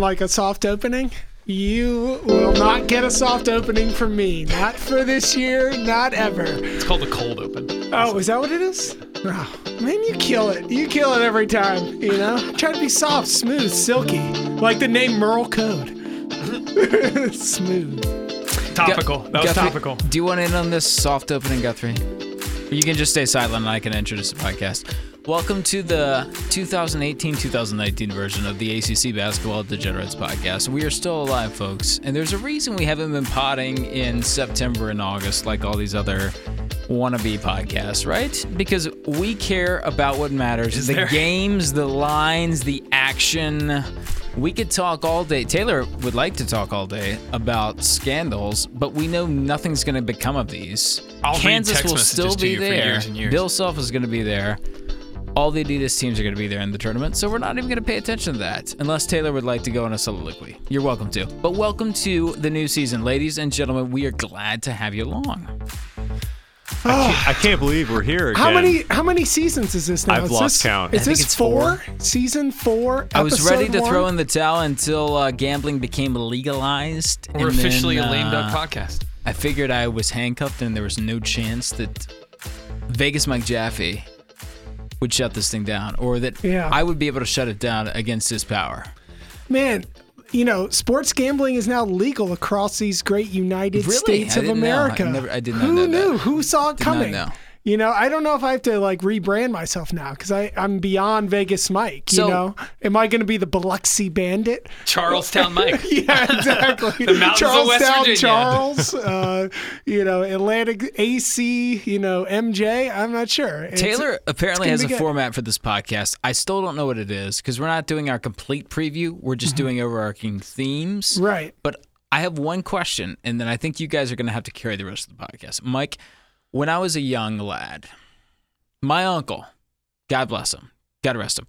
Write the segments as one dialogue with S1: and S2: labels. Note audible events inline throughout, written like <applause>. S1: like a soft opening. You will not get a soft opening from me. Not for this year, not ever.
S2: It's called the cold open.
S1: Oh, is that what it is? Oh, man, you kill it. You kill it every time, you know? Try to be soft, smooth, silky. Like the name Merle Code. <laughs> smooth.
S2: Topical. that was
S3: Guthrie,
S2: topical.
S3: Do you want in on this soft opening, Guthrie? Or You can just stay silent and I can introduce the podcast. Welcome to the 2018-2019 version of the ACC Basketball Degenerates podcast. We are still alive, folks, and there's a reason we haven't been potting in September and August like all these other wannabe podcasts, right? Because we care about what matters: the
S2: there-
S3: games, the lines, the action. We could talk all day. Taylor would like to talk all day about scandals, but we know nothing's going to become of these.
S2: I'll read
S3: Kansas
S2: text
S3: will
S2: messages
S3: still
S2: to
S3: be
S2: you for
S3: there.
S2: years and years.
S3: Bill Self is going to be there. All the Adidas teams are going to be there in the tournament, so we're not even going to pay attention to that unless Taylor would like to go on a soliloquy. You're welcome to. But welcome to the new season, ladies and gentlemen. We are glad to have you along.
S4: I can't believe we're here. Again.
S1: How many how many seasons is this now?
S4: I've
S1: Is
S4: lost
S1: this-
S4: count.
S3: I
S1: Is
S3: think
S1: this
S3: it's
S1: four?
S3: four.
S1: Season four?
S3: I was
S1: episode
S3: ready to
S1: one?
S3: throw in the towel until uh, gambling became legalized.
S2: We're
S3: and then,
S2: officially a lame
S3: uh,
S2: duck podcast.
S3: I figured I was handcuffed and there was no chance that Vegas Mike Jaffe would shut this thing down or that
S1: Yeah.
S3: I would be able to shut it down against his power.
S1: Man, you know, sports gambling is now legal across these great United
S3: Really?
S1: States
S3: I
S1: of
S3: didn't know. I
S1: America.
S3: never- I did not
S1: Who
S3: know that.
S1: knew? Who saw it
S3: not
S1: coming?
S3: know.
S1: You know, I don't know if I have to like rebrand myself now because I'm beyond Vegas Mike. You
S3: So-
S1: know, am I going to be the Biloxi Bandit? <laughs>
S2: Charlestown Mike.
S3: <laughs>
S1: Yeah, exactly.
S2: The mountains of West
S1: Charlestown
S2: Virginia.
S1: Charles, uh, you know, Atlantic AC, you know, MJ. I'm not sure. It's-
S3: Taylor apparently
S1: gonna
S3: has
S1: be
S3: a
S1: good.
S3: format for this podcast. I still don't know what it is because we're not doing our complete preview. We're just doing overarching themes.
S1: Mm-hmm. Right.
S3: But I have one question, and then I think you guys are going to have to carry the rest of the podcast. Mike, when I was a young lad, my uncle, God bless him, God rest him,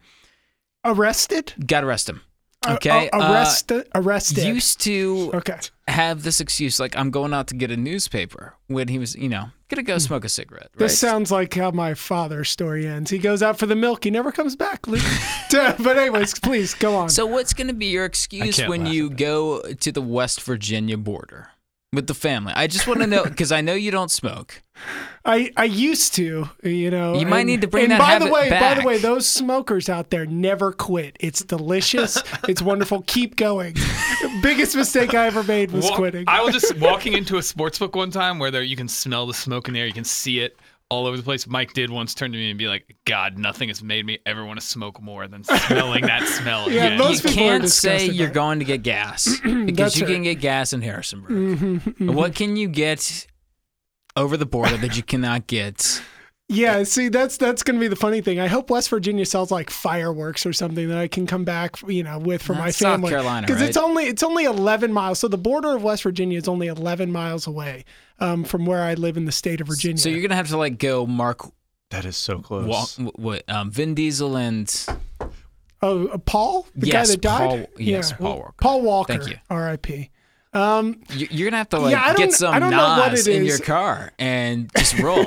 S1: Arrested?
S3: God rest him.
S1: A-
S3: Okay.
S1: a-
S3: uh,
S1: arrested? arrested.
S3: used to
S1: okay.
S3: have this excuse like I'm going out to get a newspaper when he was, you know, gonna go smoke a cigarette. Right?
S1: This Hmm. sounds like how my father's story ends. He goes out for the milk. He never comes back, Luke. <laughs> but anyways, please go on.
S3: so what's gonna be your excuse
S2: can't
S3: when
S2: laugh
S3: you go to the West Virginia border with the family? I just want to know because I know you don't smoke.
S1: I, I used to, you know.
S3: You might need to bring
S1: and
S3: that
S1: by the
S3: habit
S1: way, by
S3: back.
S1: the way, those smokers out there never quit. It's delicious. it's wonderful. Keep going. Biggest mistake I ever made was
S2: Walk-
S1: quitting.
S2: I was just walking into a sports book one time where there you can smell the smoke in the air, you can see it all over the place. Mike did once turn to me and be like, "God, nothing has made me ever want to smoke more than smelling that smell."
S1: Yeah,
S2: again."
S1: those
S3: you
S1: people are
S3: can't say
S1: disgusted by
S3: you're
S1: it.
S3: going to get gas because
S1: <clears throat> That's
S3: you
S1: right. Mm-hmm,
S3: can get gas in Harrisonburg. What can you get over the border that you cannot
S1: <laughs>
S3: get?
S1: yeah, see, that's that's gonna be the funny thing. I hope West Virginia sells like fireworks or something that I can come back, you know, with for my
S3: That's South
S1: family.
S3: Carolina,
S1: because it's
S3: right?
S1: only it's only eleven miles. So the border of West Virginia is only eleven miles away um, from where I live in the state of Virginia.
S3: So you're gonna have to like go Mark,
S4: That is so close.
S3: Wa- what, um, Vin Diesel and.
S1: Oh, uh, Paul, the
S3: Yes,
S1: guy that died.
S3: Paul- yes, Paul Walker.
S1: Paul Walker.
S3: Thank you.
S1: R.I.P.
S3: You- You're gonna have to like
S1: Yeah, I don't-
S3: get some
S1: I don't know what
S3: Nas
S1: it
S3: in
S1: is.
S3: your car and just
S1: <laughs>
S3: roll,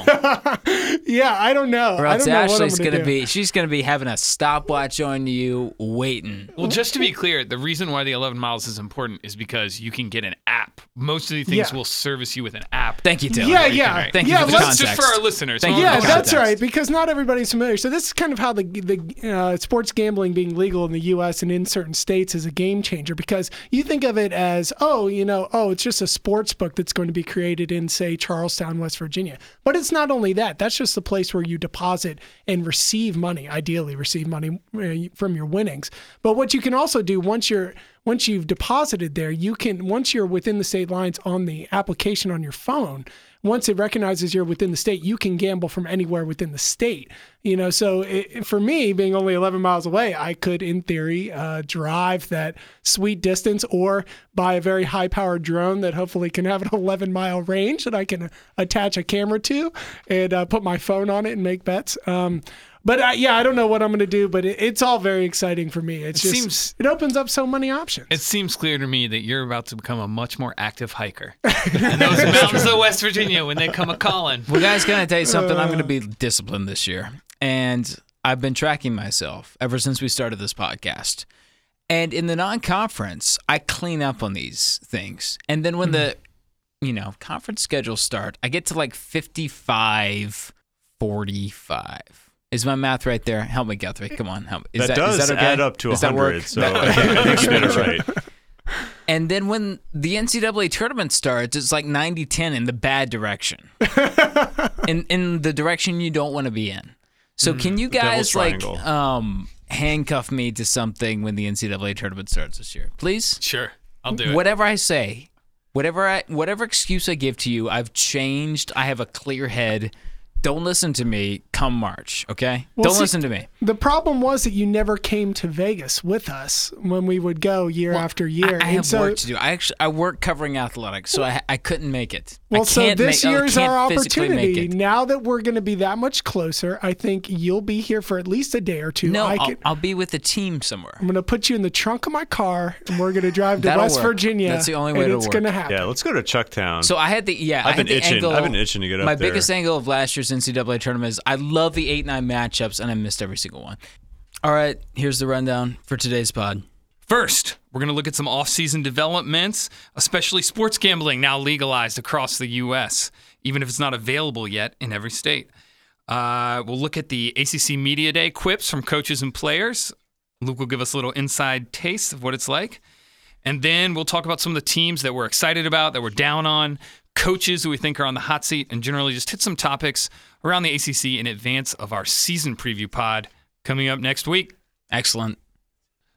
S1: Yeah, I don't know.
S3: or
S1: I
S3: else
S1: don't know what I'm
S3: Ashley's
S1: gonna
S3: gonna
S1: do.
S3: be she's gonna be having a stopwatch on you, waiting.
S2: Well, just to be clear, the reason why the 11 miles is important is because you can get an app. Most of these things
S1: Yeah.
S2: will service you with an app.
S3: Thank you, Taylor.
S1: Yeah,
S2: Like,
S1: yeah.
S2: right.
S3: Thank you
S1: yeah,
S3: for the
S1: let's-
S2: That's just for our listeners.
S3: Thank you
S1: Yeah,
S3: for the
S1: that's
S3: context.
S1: right. Because not everybody's familiar. So this is kind of how the the uh, sports gambling being legal in the U.S. and in certain states is a game changer. Because you think of it as, oh, you know, oh, it's just a sports book that's going to be created in, say, Charlestown, West Virginia. But it's not only that. That's just the place where you deposit and receive money. Ideally, receive money uh, from your winnings. But what you can also do once you're once you've deposited there, you can once you're within the state lines on the application on your phone once it recognizes you're within the state, you can gamble from anywhere within the state. You know, so it, for me, being only 11 miles away, I could, in theory, uh, drive that sweet distance or buy a very high powered drone that hopefully can have an <laughs> 11 mile range that I can uh, attach a camera to and uh, put my phone on it and make bets. Um, but I, yeah, I don't know what I'm going to do, but it, it's all very exciting for me. It's
S2: It
S1: just,
S2: seems-
S1: it opens up so many options.
S2: It seems clear to me that you're about to become a much more active <laughs> hiker. and those mountains of West Virginia, when they come a calling.
S3: Well, guys, can I tell you something? I'm
S1: Uh.
S3: gonna be disciplined this year, and I've been tracking myself ever since we started this podcast. And in the non-conference, I clean up on these things. And then when the
S1: Mm-hmm.
S3: you know, conference schedules start, I get to like 55 45. Is my math right there? Help me, Guthrie. Come on, help. me. Is
S4: that, does
S3: is that okay?
S4: add up to
S3: Does that work?
S4: 100, so <laughs>
S3: That- <laughs>
S4: I think I think you did it right.
S3: and then when the NCAA tournament starts, it's like 90 10 in the bad direction, in, in the direction you don't want to be in. So, can you guys
S4: devil's
S3: like
S4: triangle.
S3: um, handcuff me to something when the NCAA tournament starts this year? Please?
S2: Sure, I'll do it.
S3: Whatever I say, whatever I, whatever excuse I give to you, I've changed. I have a clear head. Don't listen to me come March, okay? don't
S1: see-
S3: listen to me.
S1: The problem was that you never came to Vegas with us when we would go year after year.
S3: I, I
S1: And
S3: have
S1: so-
S3: work to do. I actually I work covering athletics, so I I couldn't make it. I
S1: Well, so
S3: can't
S1: this
S3: make- oh, I
S1: year's our
S3: can't physically make
S1: opportunity.
S3: it.
S1: Now that we're going to be that much closer, I think you'll be here for at least a day or two.
S3: No,
S1: I Hmm.
S3: I'll, I'll be with the team somewhere.
S1: I'm going to put you in the trunk of my car, and we're going to drive to
S3: That'll
S1: West
S3: work.
S1: Virginia.
S3: That's the only way
S1: and
S3: it'll
S1: it's
S3: work.
S1: going to happen.
S4: Yeah, let's go to Chucktown.
S3: So I had the yeah. I
S4: I've
S3: had
S4: been
S3: the
S4: itching.
S3: Angle,
S4: I've been itching to get up
S3: My
S4: there.
S3: biggest angle of last year's NCAA tournament is I love the eight nine matchups and I missed every single one. All right, here's the rundown for today's pod.
S2: First, we're going to look at some off-season developments, especially sports gambling now legalized across the U.S., even if it's not available yet in every state. Uh, we'll look at the ACC Media Day quips from coaches and players. Luke will give us a little inside taste of what it's like. And then we'll talk about some of the teams that we're excited about, that we're down on, coaches who we think are on the hot seat, and generally just hit some topics around the ACC in advance of our season preview pod coming up next week.
S3: Excellent.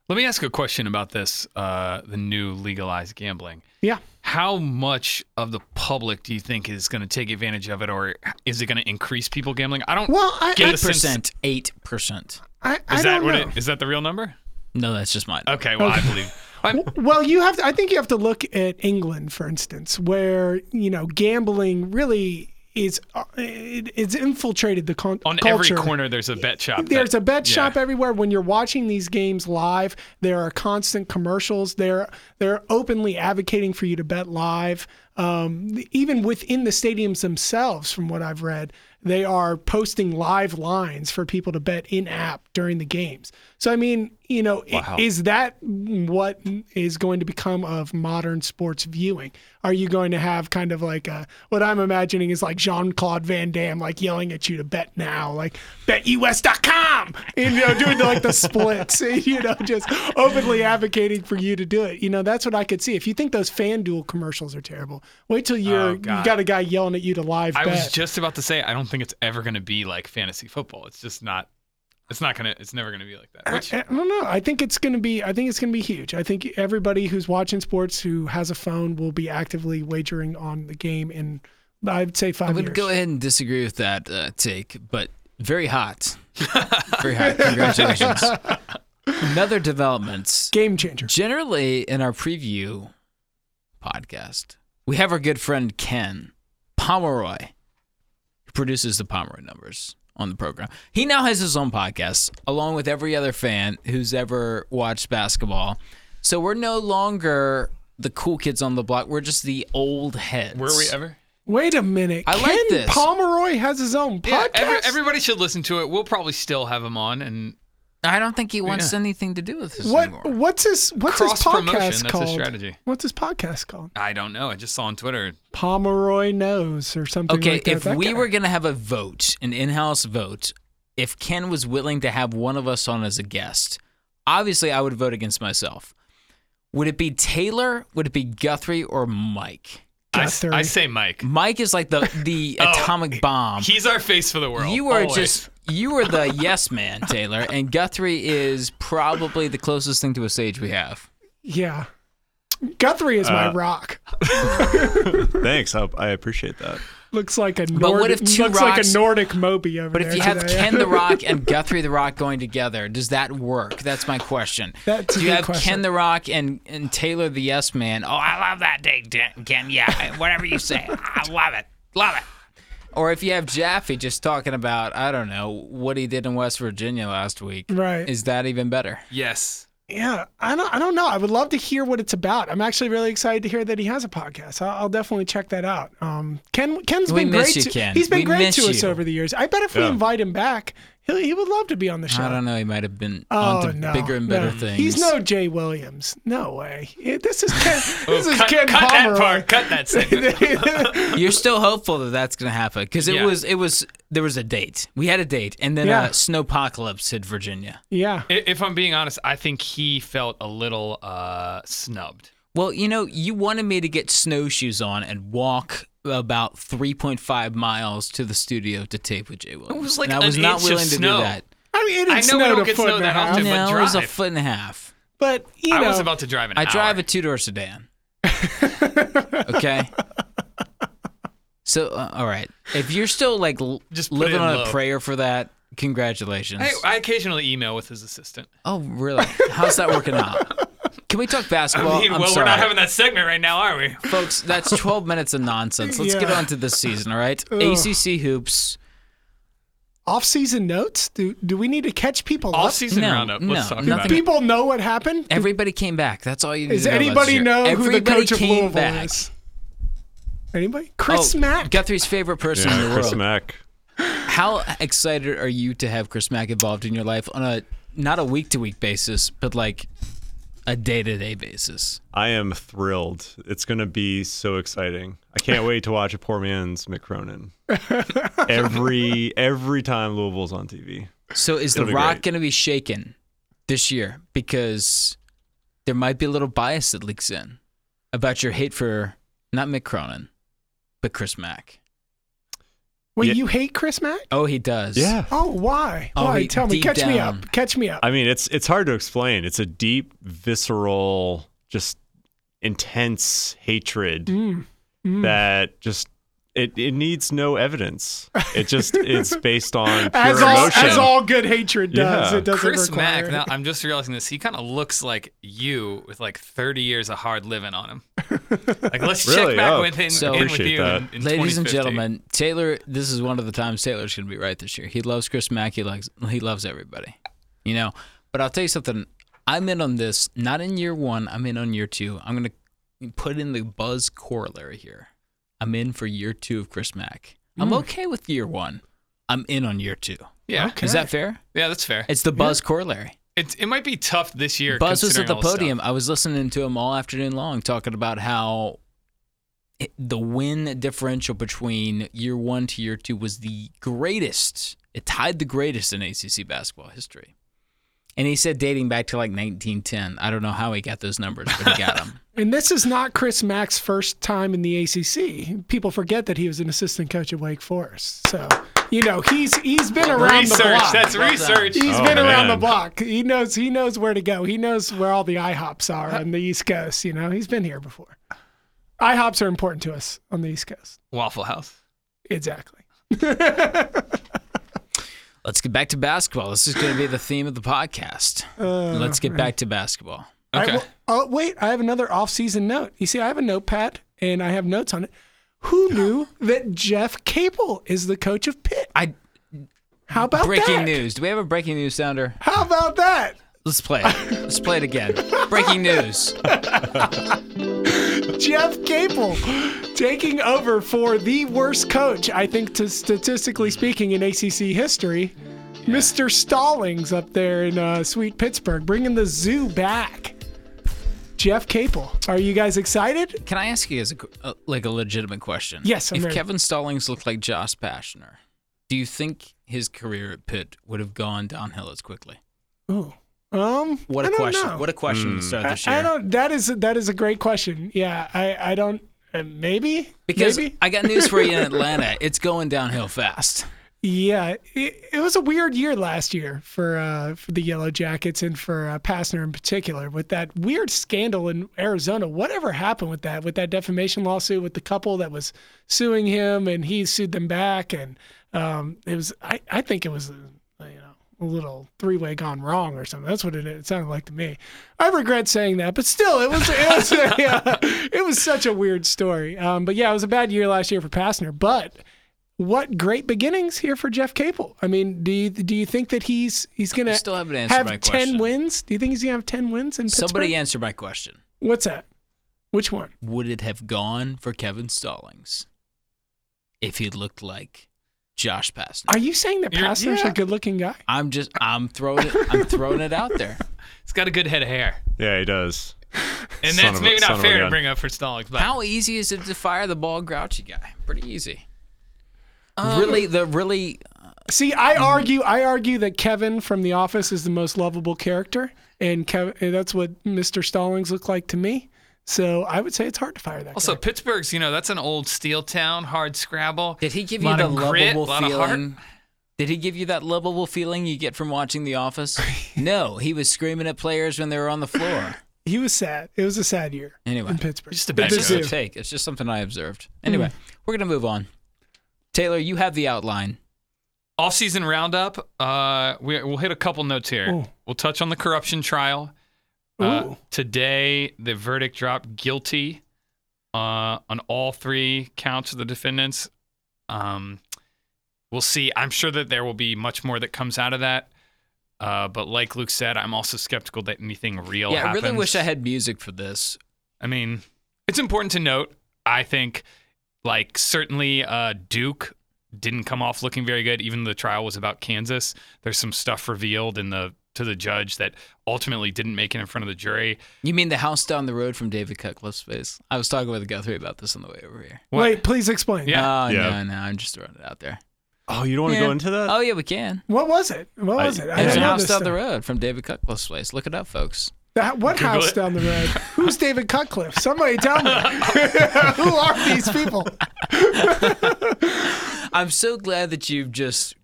S2: Let me ask a question about this uh, the new legalized gambling.
S1: Yeah.
S2: How much of the public do you think is going to take advantage of it, or is it going to increase people gambling? I don't.
S1: Well, I,
S2: Get
S1: I,
S2: a
S3: Eight percent. Eight percent.
S1: I, I
S2: is that
S1: don't
S2: what
S1: know.
S2: it is? That the real number?
S3: No, that's just mine.
S2: Okay. Well, I believe. I'm-
S1: Well, you have to, I think you have to look at England, for instance, where, you know, gambling really is, uh, it, it's infiltrated the con-
S2: on
S1: culture.
S2: every corner, there's a bet shop. that-
S1: There's a bet
S2: yeah.
S1: shop everywhere. When you're watching these games live, there are constant commercials. They're they're openly advocating for you to bet live. Um, even within the stadiums themselves, from what I've read, they are posting live lines for people to bet in app during the games. So I mean, you know, i- is that what is going to become of modern sports viewing? Are you going to have kind of like a what I'm imagining is like Jean Claude Van Damme like yelling at you to bet now, like betus.com, and you know doing like the splits, <laughs> you know, just openly advocating for you to do it. You know, that's what I could see. If you think those FanDuel commercials are terrible, wait till you're you
S2: Oh, God.
S1: got a guy yelling at you to live
S2: I
S1: bet.
S2: was just about to say I don't think it's ever going to be like fantasy football. It's just not. It's not gonna. It's never gonna be like that. Which,
S1: I don't know. I think it's going to be. I think it's going to be huge. I think everybody who's watching sports who has a phone will be actively wagering on the game in. I'd say five
S3: I would
S1: years.
S3: go ahead and disagree with that uh, take, but very hot. very hot. Congratulations. Another development.
S1: Game changer.
S3: Generally, in our preview podcast, we have our good friend Ken Pomeroy, who produces the Pomeroy numbers on the program. He now has his own podcast, along with every other fan who's ever watched basketball. So we're no longer the cool kids on the block. We're just the old heads.
S2: were we ever?
S1: Wait a minute.
S3: I
S1: Ken
S3: like this.
S1: Pomeroy has his own podcast.
S2: Yeah. Every, everybody should listen to it. We'll probably still have him on and
S3: I don't think he wants
S2: Yeah.
S3: anything to do with this anymore.
S1: what? What's his? What's his
S2: Cross promotion, that's
S1: podcast
S2: his
S1: called?
S2: strategy.
S1: What's his podcast called?
S2: I don't know. I just saw on Twitter.
S1: Pomeroy knows or something.
S3: Okay,
S1: like that.
S3: if
S1: That
S3: we
S1: guy-
S3: were going to have a vote, an in house vote, if Ken was willing to have one of us on as a guest, obviously I would vote against myself. Would it be Taylor? Would it be Guthrie or Mike?
S2: I, s-
S1: Guthrie.
S2: I say Mike.
S3: Mike is like the, <laughs> the atomic bomb.
S2: He's our face for the world.
S3: You are
S2: always.
S3: just you are the yes man, Taylor, and Guthrie is probably the closest thing to a sage we have.
S1: yeah, Guthrie is my
S4: Uh,
S1: rock.
S4: Thanks. I, I appreciate that.
S1: Looks like a Nordic,
S3: what if two
S1: looks like
S3: rocks-
S1: a Nordic Moby over
S3: But
S1: there.
S3: if you have
S1: today. <laughs>
S3: Ken the Rock and Guthrie the Rock going together, does that work? That's my question.
S1: That's a
S3: Do you
S1: good
S3: have
S1: question.
S3: Ken the Rock and, and Taylor the Yes Man? Oh, I love that day, Dan- Ken. Yeah, whatever you say, I love it, love it. Or if you have Jaffe just talking about, I don't know, what he did in West Virginia last week.
S1: Right.
S3: Is that even better?
S2: yes.
S1: Yeah, I don't, I don't know. I would love to hear what it's about. I'm actually really excited to hear that he has a podcast. I'll, I'll definitely check that out. Um, Ken, Ken's
S3: We
S1: been
S3: miss
S1: great.
S3: you,
S1: to,
S3: Ken.
S1: He's been
S3: We
S1: great
S3: miss
S1: to us
S3: you.
S1: over the years. I bet if we
S4: Yeah.
S1: invite him back, He, he would love to be on the show.
S3: I don't know. He might have been
S1: Oh,
S3: on to
S1: no,
S3: bigger and
S1: no.
S3: better things.
S1: He's no Jay Williams. No way. It- this is
S2: <laughs>
S1: Ken, this is
S2: Oh, cut
S1: Ken
S2: cut that
S1: Pomeroy.
S2: part. Cut
S3: <laughs>
S2: that segment.
S3: You're still hopeful that that's going to happen because it
S2: Yeah.
S3: was it was there was a date. We had a date, and then
S1: Yeah.
S3: uh, snowpocalypse hit Virginia.
S1: <laughs> yeah.
S2: I- if I'm being honest, I think he felt a little uh, snubbed.
S3: Well, you know, you wanted me to get snowshoes on and walk about 3.5 miles to the studio to tape with Jay Williams.
S2: was like
S3: and I was
S2: an
S3: not
S2: inch of
S3: willing to
S2: snow.
S3: do that.
S1: I mean, it didn't
S2: I know
S1: snow
S2: we don't
S1: a
S2: get
S1: foot
S2: snow
S1: and a
S2: that
S1: half,
S2: often,
S3: No, it was a
S2: drive.
S3: foot and a half.
S1: but you know,
S2: I was about to drive an
S3: I
S2: hour.
S3: drive a
S2: <laughs>
S3: two-door sedan. okay. So, uh, all right. If you're still like l-
S2: Just put
S3: living
S2: it
S3: on
S2: low.
S3: a prayer for that, congratulations.
S2: Hey, I occasionally email with his assistant.
S3: oh, really? How's that working
S2: <laughs>
S3: out? Can we talk basketball?
S2: I mean,
S3: I'm
S2: well,
S3: sorry.
S2: we're not having that segment right now, are we?
S3: folks that's 12 minutes of nonsense let's get
S1: Yeah.
S3: on to this season all right acc hoops
S1: off-season notes. Do do we need to catch people
S2: All
S1: up?
S2: season
S3: No,
S2: roundup. Let's
S3: no,
S2: talk
S3: nothing.
S2: about it.
S1: People know what happened.
S3: everybody came back that's all you need
S1: Does
S3: to know about this
S1: anybody
S3: year.
S1: know who the
S3: everybody
S1: coach of
S3: came
S1: Louisville
S3: back.
S1: is? Anybody?
S3: Oh,
S1: Chris Mack.
S3: Guthrie's favorite person in
S4: Yeah,
S3: the
S4: Chris
S3: world.
S4: Mack.
S3: How excited are you to have Chris Mack involved in your life on a not a week to week basis, but like a day to day basis?
S4: I am thrilled. It's going to be so exciting. I can't wait to watch a poor
S3: <laughs>
S4: man's McCronin. every every time Louisville's on TV.
S3: So is
S4: It'll
S3: the
S4: be
S3: Rock
S4: great.
S3: going to be shaken this year because there might be a little bias that leaks in about your hate for not Mick Cronin, but Chris Mack?
S1: Wait,
S4: Yeah.
S1: you hate Chris Mack?
S3: Oh, he does.
S4: Yeah.
S1: Oh, why?
S3: Oh,
S1: why?
S3: he-
S1: Tell me.
S3: deep
S1: Catch me
S3: down.
S1: up. Catch me up.
S4: I mean, it's it's hard to explain. It's a deep, visceral, just intense hatred that just it, it needs no evidence. It just it's based on pure
S1: as all,
S4: emotion.
S1: as all good hatred does,
S4: Yeah.
S1: it doesn't
S2: Chris
S1: require.
S2: Mack, now I'm just realizing this. He kind of looks like you with like 30 years of hard living on
S3: <laughs>
S2: him. Like, let's check
S4: Really?
S2: back
S4: Oh,
S2: with him.
S3: So-
S2: in with
S4: Appreciate
S2: you
S4: that.
S2: in- in
S3: Ladies and
S2: 2050.
S3: gentlemen, Taylor, this is one of the times Taylor's going to be right this year. He loves Chris Mack. He loves, he loves everybody, you know. But I'll tell you something. I'm in on this, not in year one. I'm in on year two. I'm going to put in the buzz corollary here. I'm in for year two of Chris Mack. I'm okay with year one. I'm in on year two.
S2: Yeah.
S1: Okay.
S3: Is that fair?
S2: Yeah, that's fair.
S3: It's the buzz corollary.
S2: It, it might be tough this year.
S3: Buzz was
S2: considering
S3: at the
S2: all this stuff.
S3: podium. I was listening to him all afternoon long talking about how it- the win differential between year one to year two was the greatest. It tied the greatest in ACC basketball history. And he said dating back to like 1910. I don't know how he got those numbers, but he
S2: <laughs>
S3: got them.
S1: And this is not Chris Mack's first time in the ACC. People forget that he was an assistant coach at Wake Forest. So, you know, he's he's been around the
S2: Research.
S1: block.
S2: That's
S3: Well done.
S2: research.
S1: He's
S4: Oh,
S1: been around
S4: man.
S1: the block. He knows he knows where to go. He knows where all the IHOPs are on the East Coast, you know. He's been here before. IHOPs are important to us on the East Coast.
S2: Waffle House.
S1: Exactly.
S3: Let's get back to basketball. This is going to be the theme of the podcast. Let's get back to basketball.
S1: All right,
S2: Okay.
S1: well- oh, wait. I have another off-season note. You see, I have a notepad and I have notes on it. Who knew that Jeff Cable is the coach of Pitt?
S3: I
S1: How about
S3: breaking
S1: that?
S3: news. Do we have a breaking news sounder?
S1: How about that?
S3: Let's play it. Let's play it again. Breaking news.
S1: Jeff Capel taking over for the worst coach, I think, to statistically speaking, in ACC history. Mr. Stallings up there in uh, sweet Pittsburgh, bringing the zoo back. Jeff Capel, are you guys excited?
S3: Can I ask you guys a, qu- uh, like a legitimate question?
S1: Yes, I'm
S3: if
S1: ready.
S3: Kevin Stallings looked like Josh Pashner, do you think his career at Pitt would have gone downhill as quickly?
S1: Ooh, um,
S3: What
S1: I
S3: a
S1: don't
S3: question!
S1: know. Hmm.
S3: What a question to start this year.
S1: I, I don't. That is that is a great question. Yeah, I I don't. Uh, maybe
S3: because
S1: maybe?
S3: I got news for you
S1: <laughs>
S3: in Atlanta. It's going downhill fast.
S1: Yeah, it, it was a weird year last year for uh, for the Yellow Jackets and for uh, Passner in particular with that weird scandal in Arizona. Whatever happened with that, with that defamation lawsuit with the couple that was suing him and he sued them back, and um, it was I, I think it was uh, you know a little three way gone wrong or something. That's what it, it sounded like to me. I regret saying that, but still, it was it was, <laughs> yeah, it was such a weird story. Um, but yeah, it was a bad year last year for Passner, but what great beginnings here for Jeff Capel. I mean, do you, do you think that he's he's gonna
S3: You still haven't answered
S1: have
S3: my
S1: ten
S3: question.
S1: wins? Do you think he's gonna have ten wins in Pittsburgh?
S3: Somebody answer my question.
S1: What's that? Which one?
S3: Would it have gone for Kevin Stallings if he looked like Josh Pastner.
S1: Are you saying that
S2: You're-
S1: Pastner's
S2: yeah.
S1: a good-looking guy?
S3: I'm just I'm throwing it I'm throwing it out there.
S2: He's got a good head of hair.
S4: Yeah, he does.
S2: And
S4: Son
S2: that's
S4: of a-
S2: maybe
S4: son
S2: not
S4: of a
S2: fair to
S4: gun.
S2: bring up for Stallings, but
S3: How easy is it to fire the ball grouchy guy? Pretty easy.
S2: Um,
S3: really the really
S1: See, I argue, I argue that Kevin from The Office is the most lovable character, and Kevin, that's what Mr. Stallings looked like to me. So I would say it's hard to fire that.
S2: also
S1: guy.
S2: Pittsburgh's, you know, that's an old steel town, hard scrabble.
S3: did he give you
S2: Lot
S3: the
S2: of grit,
S3: lovable
S2: lot of heart.
S3: feeling? Did he give you that lovable feeling you get from watching
S2: <laughs>
S3: The Office? no, he was screaming at players when they were on the floor.
S1: he was sad. It was a sad year
S3: Anyway,
S1: in Pittsburgh.
S2: Just a
S1: But
S2: bad
S1: this
S2: joke.
S1: is-
S3: It's a take. It's just something I observed.
S2: Hmm.
S3: Anyway, we're gonna move on. Taylor, you have the outline.
S2: Off-season roundup. Uh, we, we'll hit a couple notes here.
S1: Ooh.
S2: We'll touch on the corruption trial. Uh,
S1: Ooh.
S2: today, the verdict dropped guilty uh, on all three counts of the defendants. Um, we'll see. I'm sure that there will be much more that comes out of that. Uh, but like Luke said, I'm also skeptical that anything real
S3: yeah,
S2: happens.
S3: I really wish I had music for this.
S2: I mean, it's important to note, I think, like, certainly uh, Duke didn't come off looking very good. Even though the trial was about Kansas. There's some stuff revealed in the to the judge that ultimately didn't make it in front of the jury.
S3: You mean the house down the road from David Cutcliffe's place? I was talking with Guthrie about this on the way over here.
S2: What?
S1: Wait, please explain.
S2: Yeah.
S3: Oh,
S4: Yeah.
S3: no, no, I'm just throwing it out there.
S4: Oh, you don't want to
S3: Yeah.
S4: go into that?
S3: Oh, yeah, we can.
S1: What was it? What was
S4: I-
S1: it?
S4: It's
S1: I
S3: It's
S1: don't
S3: a
S1: know
S3: house
S1: this
S3: down the
S1: stuff.
S3: road from David Cutcliffe's place. Look it up, folks.
S1: The- What
S2: Google
S1: house
S2: it.
S1: down the road? Who's David Cutcliffe? Somebody tell me. <laughs> Who are these people?
S3: I'm so glad that you've just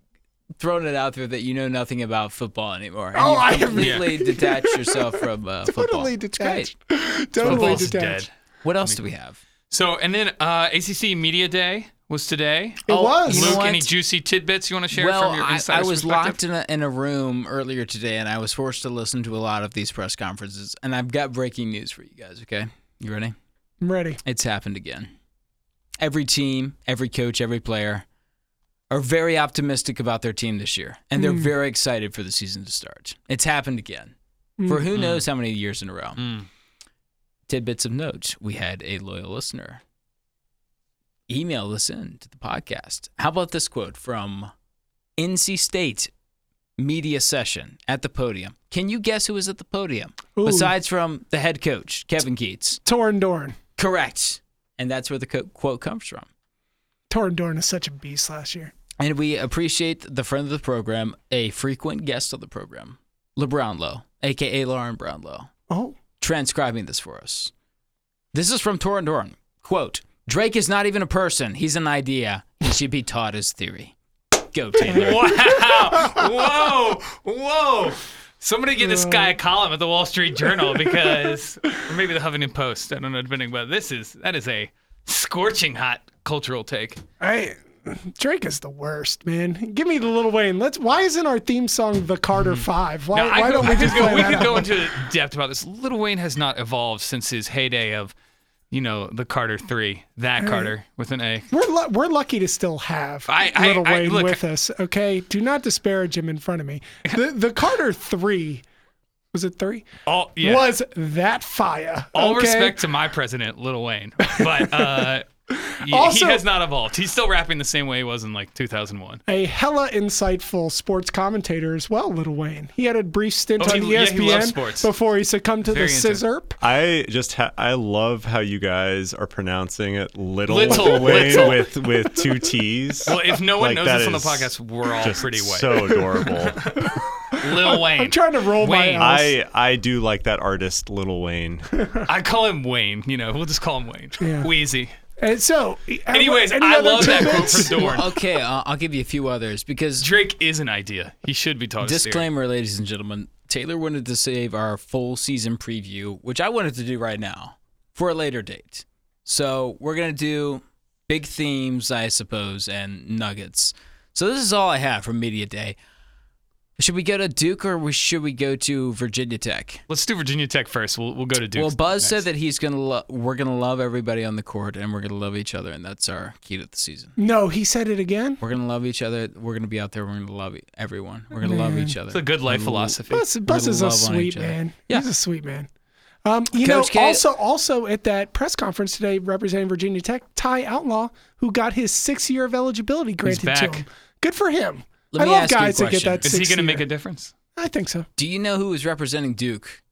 S3: thrown it out there that you know nothing about football anymore. And
S1: Oh,
S3: you've
S1: I have- <laughs>
S3: completely detached yourself from uh, football.
S1: Totally
S3: It's great.
S1: detached. Totally
S2: Football's
S1: detached.
S2: dead.
S3: What else do we have?
S2: So, and then uh, ACC Media Day was today.
S1: It
S3: Oh,
S1: was.
S3: you know
S2: Luke,
S3: what?
S2: any juicy tidbits you want to share
S3: well,
S2: from your
S3: I,
S2: insider's
S3: I was
S2: perspective?
S3: locked in a, in a room earlier today, and I was forced to listen to a lot of these press conferences. And I've got breaking news for you guys. Okay, you ready?
S1: I'm ready.
S3: It's happened again. Every team, every coach, every player are very optimistic about their team this year, and they're very excited for the season to start. It's happened again for who knows how many years in a row.
S2: Mm.
S3: Tidbits of note we had a loyal listener email this in to the podcast. How about this quote from NC State media session at the podium? Can you guess who was at the podium?
S1: Ooh.
S3: Besides from the head coach, Kevin Keats.
S1: Torn Dorn.
S3: Correct. And that's where the co- quote comes from.
S1: Torn Dorn is such a beast last year.
S3: And we appreciate the friend of the program, a frequent guest of the program, LeBrown Low, aka Lauren Brownlow,
S1: Oh,
S3: transcribing this for us. This is from Torin Doran. Quote, Drake is not even a person. He's an idea. He should be taught his theory.
S2: <laughs>
S3: Go, Taylor.
S2: Wow! whoa! Whoa! Somebody get this guy a column at the Wall Street Journal because, or maybe the Huffington Post. I don't know, depending. But this is that is a scorching hot cultural take.
S1: I Drake is the worst, man. Give me the Little Wayne. Let's. Why isn't our theme song the Carter Five? Why,
S2: Hmm. Now, I
S1: why
S2: could-
S1: don't we
S2: <laughs> I could
S1: just
S2: go,
S1: play
S2: We
S1: that
S2: could go
S1: out?
S2: into depth about this. Little Wayne has not evolved since his heyday of, you know, the Carter Three. That Carter with an A.
S1: We're lu- we're lucky to still have
S2: I- I-
S1: Little
S2: I-
S1: Wayne
S2: look-
S1: with us. Okay, do not disparage him in front of me. The the Carter Three was it three?
S2: All yeah.
S1: Was that fire?
S2: All
S1: okay?
S2: respect to my president, Little Wayne,
S1: <laughs>
S2: but uh, he,
S1: Also-
S2: he has not evolved. He's still rapping the same way he was in like 2001.
S1: A hella insightful sports commentator as well, Little Wayne. He had a brief stint
S2: Oh,
S1: on E
S2: he- yeah, he
S1: ESPN
S2: loves sports.
S1: before he succumbed to
S2: Very
S1: the
S2: into it.
S1: scissorp.
S4: I just ha- I love how you guys are pronouncing it little, <laughs>
S2: Little,
S4: Wayne
S2: little.
S4: with with two T's.
S2: Well, if no one
S4: Like,
S2: knows
S4: that
S2: this on the
S4: is
S2: podcast, we're all
S4: <laughs> just
S2: pretty white. <laughs>
S4: so adorable.
S2: Lil Wayne.
S1: I'm trying to roll my
S2: Wayne.
S1: eyes.
S4: I I do like that artist,
S2: <laughs>
S4: Little Wayne.
S2: I call him Wayne. You know, we'll just call him Wayne.
S1: Yeah.
S2: Wheezy.
S1: And so, uh,
S2: Anyways,
S1: any
S2: I
S1: other
S2: love that quote
S1: tidbits?
S2: from Dorn.
S3: okay, uh, I'll, I'll give you a few others because
S2: Drake is an idea. He should be taught. his theory.
S3: Disclaimer, ladies and gentlemen. Taylor wanted to save our full season preview, which I wanted to do right now, for a later date. So we're gonna do big themes, I suppose, and nuggets. So this is all I have from Media Day. Should we go to Duke or we- should we go to Virginia Tech?
S2: Let's do Virginia Tech first. We'll, we'll go to Duke.
S3: well, Buzz
S2: next.
S3: said that he's gonna lo- we're gonna love everybody on the court and we're gonna love each other, and that's our key to the season.
S1: No, he said it again.
S3: We're gonna love each other. We're gonna be out there. We're gonna love e- everyone. We're gonna love each other.
S2: it's a good life
S3: We're gonna lo-
S2: philosophy.
S1: Bus, Bus
S3: We're
S1: is
S3: gonna
S1: a
S3: love on each
S1: sweet
S3: other.
S1: man.
S3: Yeah.
S1: He's a sweet man. Um, you
S3: Coach
S1: know,
S3: K-
S1: also also at that press conference today, representing Virginia Tech, Ty Outlaw, who got his six year of eligibility granted to
S2: back.
S1: him. Good for him.
S3: Let
S1: I
S3: me
S1: love
S3: ask you a
S1: guys that get
S3: question.
S1: that.
S2: Is he
S1: six
S2: going to
S1: year.
S2: make a difference?
S1: I think so.
S3: Do you know who was representing Duke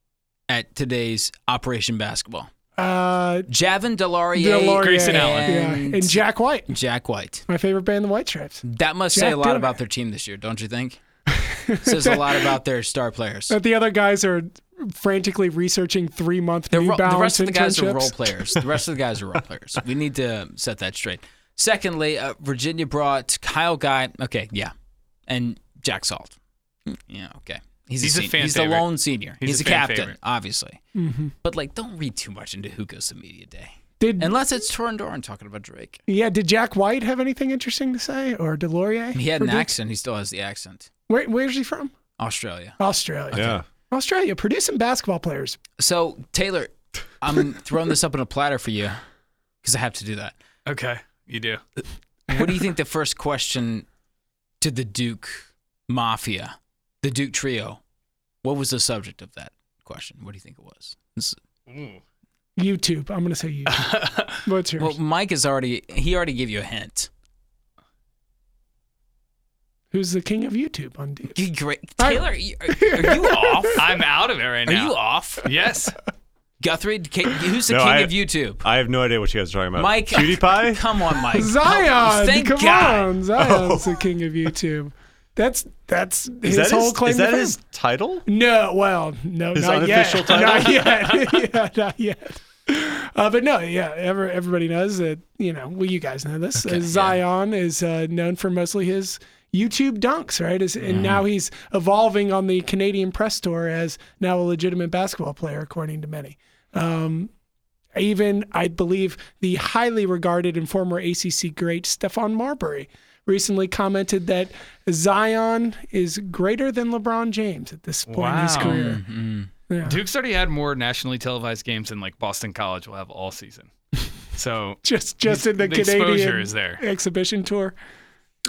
S3: at today's Operation Basketball?
S1: Uh,
S3: Javon Delarier,
S1: DeLorean
S2: Grayson Allen.
S1: yeah, and Jack White,
S3: Jack White.
S1: my favorite band, the White Stripes.
S3: That must
S1: Jack
S3: say a lot
S1: Del-
S3: about their team this year, don't
S1: <laughs>
S3: you think? Says a lot about their star players.
S1: That the other guys are frantically researching three month New
S3: ro- the
S1: Balance
S3: rest of the guys are role
S1: internships.
S3: players. The rest of the guys are
S1: <laughs>
S3: role players. We need to set that straight. Secondly, uh, Virginia brought Kyle Guy. Okay, yeah, and Jack Salt. Yeah, okay.
S2: He's a
S3: sen-
S2: fan
S3: He's
S2: favorite.
S3: the lone senior. He's,
S2: He's
S3: a,
S2: a fan
S3: captain,
S2: favorite.
S3: obviously.
S1: Mm-hmm.
S3: But like, don't read too much into who goes to media day,
S1: Did
S3: unless it's Torin Doran talking about Drake.
S1: yeah? Did Jack White have anything interesting to say, or Delorier?
S3: He had
S1: Or
S3: an
S1: Duke?
S3: accent. He still has the accent.
S1: Where, where's he from?
S3: Australia.
S1: Australia.
S4: Yeah.
S1: Australia producing basketball players.
S3: So Taylor, I'm throwing this up on a platter for you because I have to do that.
S2: Okay, you do.
S3: What do you think the first question to the Duke Mafia, the Duke Trio, what was the subject of that question? What do you think it was? This-
S1: YouTube. I'm gonna say YouTube.
S3: <laughs>
S1: What's yours?
S3: well, Mike is already he already gave you a hint.
S1: Who's the king of YouTube on D?
S3: You great
S1: I-
S3: Taylor, you- are, are you off?
S2: I'm out of it right
S3: Are
S2: now.
S3: you off?
S2: Yes.
S3: Guthrie, K- who's the
S4: No,
S3: king
S4: I-
S3: of YouTube?
S4: I have no idea what you guys are talking about.
S2: <laughs>
S3: Mike, <laughs>
S4: PewDiePie?
S3: Come on, Mike.
S1: Zion.
S3: Oh, Thank
S1: come
S3: God.
S2: Um,
S1: on, Zion's
S3: <laughs>
S1: the king of YouTube. That's that's his
S4: Is that
S1: whole
S4: his,
S1: claim.
S4: is
S1: to
S4: that
S1: fame.
S4: his title?
S1: No, well, no,
S4: His
S1: not yet.
S4: unofficial title?
S1: Not yet. <laughs> yeah, not yet. Uh, but no, yeah, ever, everybody knows that, you know, well, you guys know this. uh, Zion is uh, known for mostly his YouTube dunks, right? Is,
S4: Mm-hmm.
S1: And now he's evolving on the Canadian press tour as now a legitimate basketball player, according to many. Um, even, I believe, the highly regarded and former ACC great Stefan Marbury recently commented that Zion is greater than LeBron James at this point in his
S2: Wow.
S1: career.
S2: hmm.
S4: Mm.
S2: Duke's already had more nationally televised games than like Boston College will have all season.
S3: <laughs>
S2: So
S1: just just in the,
S2: the exposure
S1: Canadian
S2: is there.
S1: exhibition tour.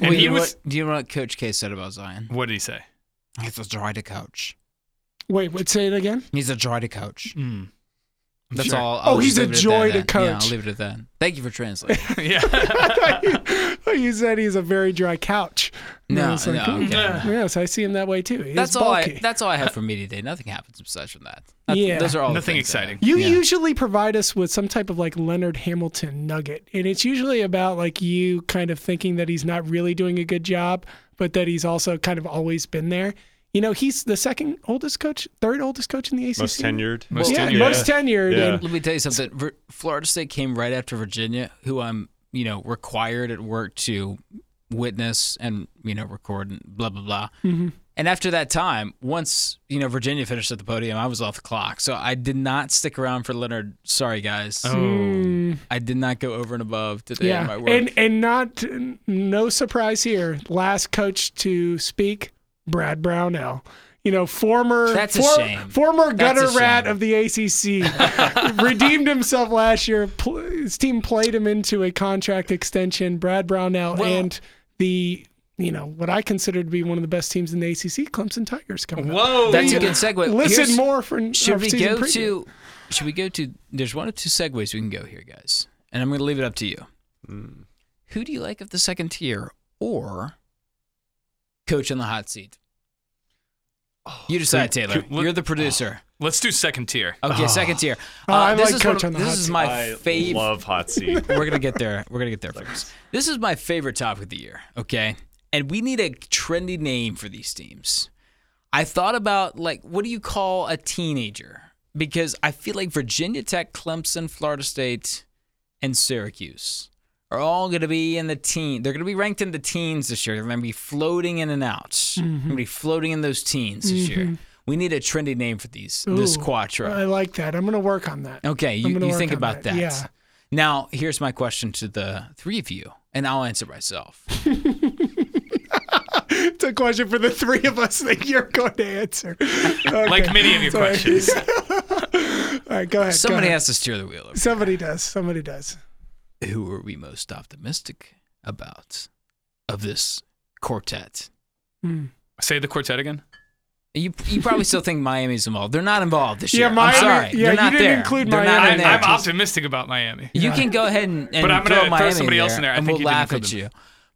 S2: and
S3: Wait,
S2: he
S3: you know
S2: was.
S3: what- do you know what Coach K said about Zion?
S2: What? did he say?
S3: He's a dry to coach.
S1: Wait, what? Say it again. <laughs>
S3: He's a joy to coach.
S2: Mm.
S3: That's
S2: Sure.
S3: all.
S1: Oh, he's
S3: just
S1: a
S3: leave it at
S1: joy
S3: that.
S1: to
S3: Yeah, I'll
S1: coach.
S3: leave it at that. Thank you
S1: <laughs>
S3: for translating.
S2: <laughs> yeah.
S1: Oh, you said he's a very dry couch. And I
S3: No,
S1: was like,
S3: no,
S1: "Ooh,
S3: okay.
S1: Yes, I see him that way too. He
S3: that's
S1: is
S3: all.
S1: bulky.
S3: I, that's all I have for media day. Nothing happens besides from that. That's,
S1: Yeah.
S3: those are all. the
S2: Nothing
S3: things I have.
S2: exciting.
S1: you
S3: yeah.
S1: usually provide us with some type of like Leonard Hamilton nugget, and it's usually about like you kind of thinking that he's not really doing a good job, but that he's also kind of always been there. You know, he's the second oldest coach, third oldest coach in the ACC.
S4: Most tenured.
S2: Most
S1: yeah,
S2: tenured.
S1: most tenured.
S4: Yeah.
S1: and-
S3: Let me tell you something. Vir- Florida State came right after Virginia, who I'm, you know, required at work to witness and you know record and blah blah blah. And after that time, once you know Virginia finished at the podium, I was off the clock, so I did not stick around for Leonard. Sorry, guys,
S2: Oh.
S1: Mm.
S3: I did not go over and above today at my work.
S1: and and not no surprise here. Last coach to speak, Brad Brownell. You know, former
S3: That's a shame.
S1: former
S3: That's a
S1: gutter rat
S3: shame.
S1: of the
S3: <laughs>
S1: ACC, redeemed himself last year. Pl- His team played him into a contract extension. Brad Brownell
S3: Well-
S1: and the you know what I consider to be one of the best teams in the ACC, Clemson Tigers
S2: Oh.
S1: coming up.
S2: Whoa.
S3: That's a
S1: Yeah.
S3: good segue.
S1: Listen
S3: Here's-
S1: more for our
S3: Should we
S1: season
S3: go
S1: preview.
S3: to? Should we go to? There's one of two segues we can go here, guys, and I'm going to leave it up to you. Who do you like of the second tier or coach in the hot seat? You decide, Taylor.
S2: could-
S3: You're the producer.
S2: Let's do second tier.
S3: Okay, second tier. Uh,
S1: Oh, I
S3: this
S1: like
S3: is one
S1: coach
S3: of-
S1: on the
S3: This
S1: hot
S3: is
S1: seat.
S3: my
S4: I
S3: favorite.
S4: love
S1: <laughs>
S4: hot seat.
S3: We're gonna get there. We're gonna get there first. This is my favorite topic of the year. Okay, and we need a trendy name for these teams. I thought about like, what do you call a teenager? Because I feel like Virginia Tech, Clemson, Florida State, and Syracuse are all going to be in the teen. They're going to be ranked in the teens this year. They're going to be floating in and out. They're going to be floating in those teens this year. We need a trendy name for these. this
S1: Ooh,
S3: quattro.
S1: I like that. I'm going to work on that.
S3: Okay,
S1: I'm
S3: you,
S1: gonna
S3: you
S1: work
S3: think
S1: on
S3: about that.
S1: that, yeah.
S3: Now, here's my question to the three of you, and I'll answer myself.
S1: <laughs> It's a question for the three of us that you're going to answer. Okay.
S2: Like many of your
S1: Sorry. <laughs>
S2: questions.
S1: All right, go ahead.
S3: Somebody
S1: go ahead.
S3: has to steer the wheel. Over.
S1: Somebody does. Somebody does.
S3: Who are we most optimistic about of this quartet?
S2: Say the quartet again.
S3: You, you probably still think Miami's involved. They're not involved this
S1: Yeah,
S3: year.
S1: Miami-
S3: I'm sorry.
S1: yeah,
S3: They're
S1: you
S3: not
S1: didn't
S3: there.
S1: include
S3: They're
S1: Miami.
S3: Not
S2: I,
S3: in
S1: I'm
S3: there.
S2: I'm optimistic about Miami.
S3: You can go ahead and, and
S2: But I'm gonna
S3: throw
S2: throw
S3: Miami
S2: somebody
S3: in
S2: else
S3: there,
S2: in there. I
S3: and
S2: think
S3: we'll
S2: you did
S3: laugh
S2: include
S3: at
S2: them.
S3: you.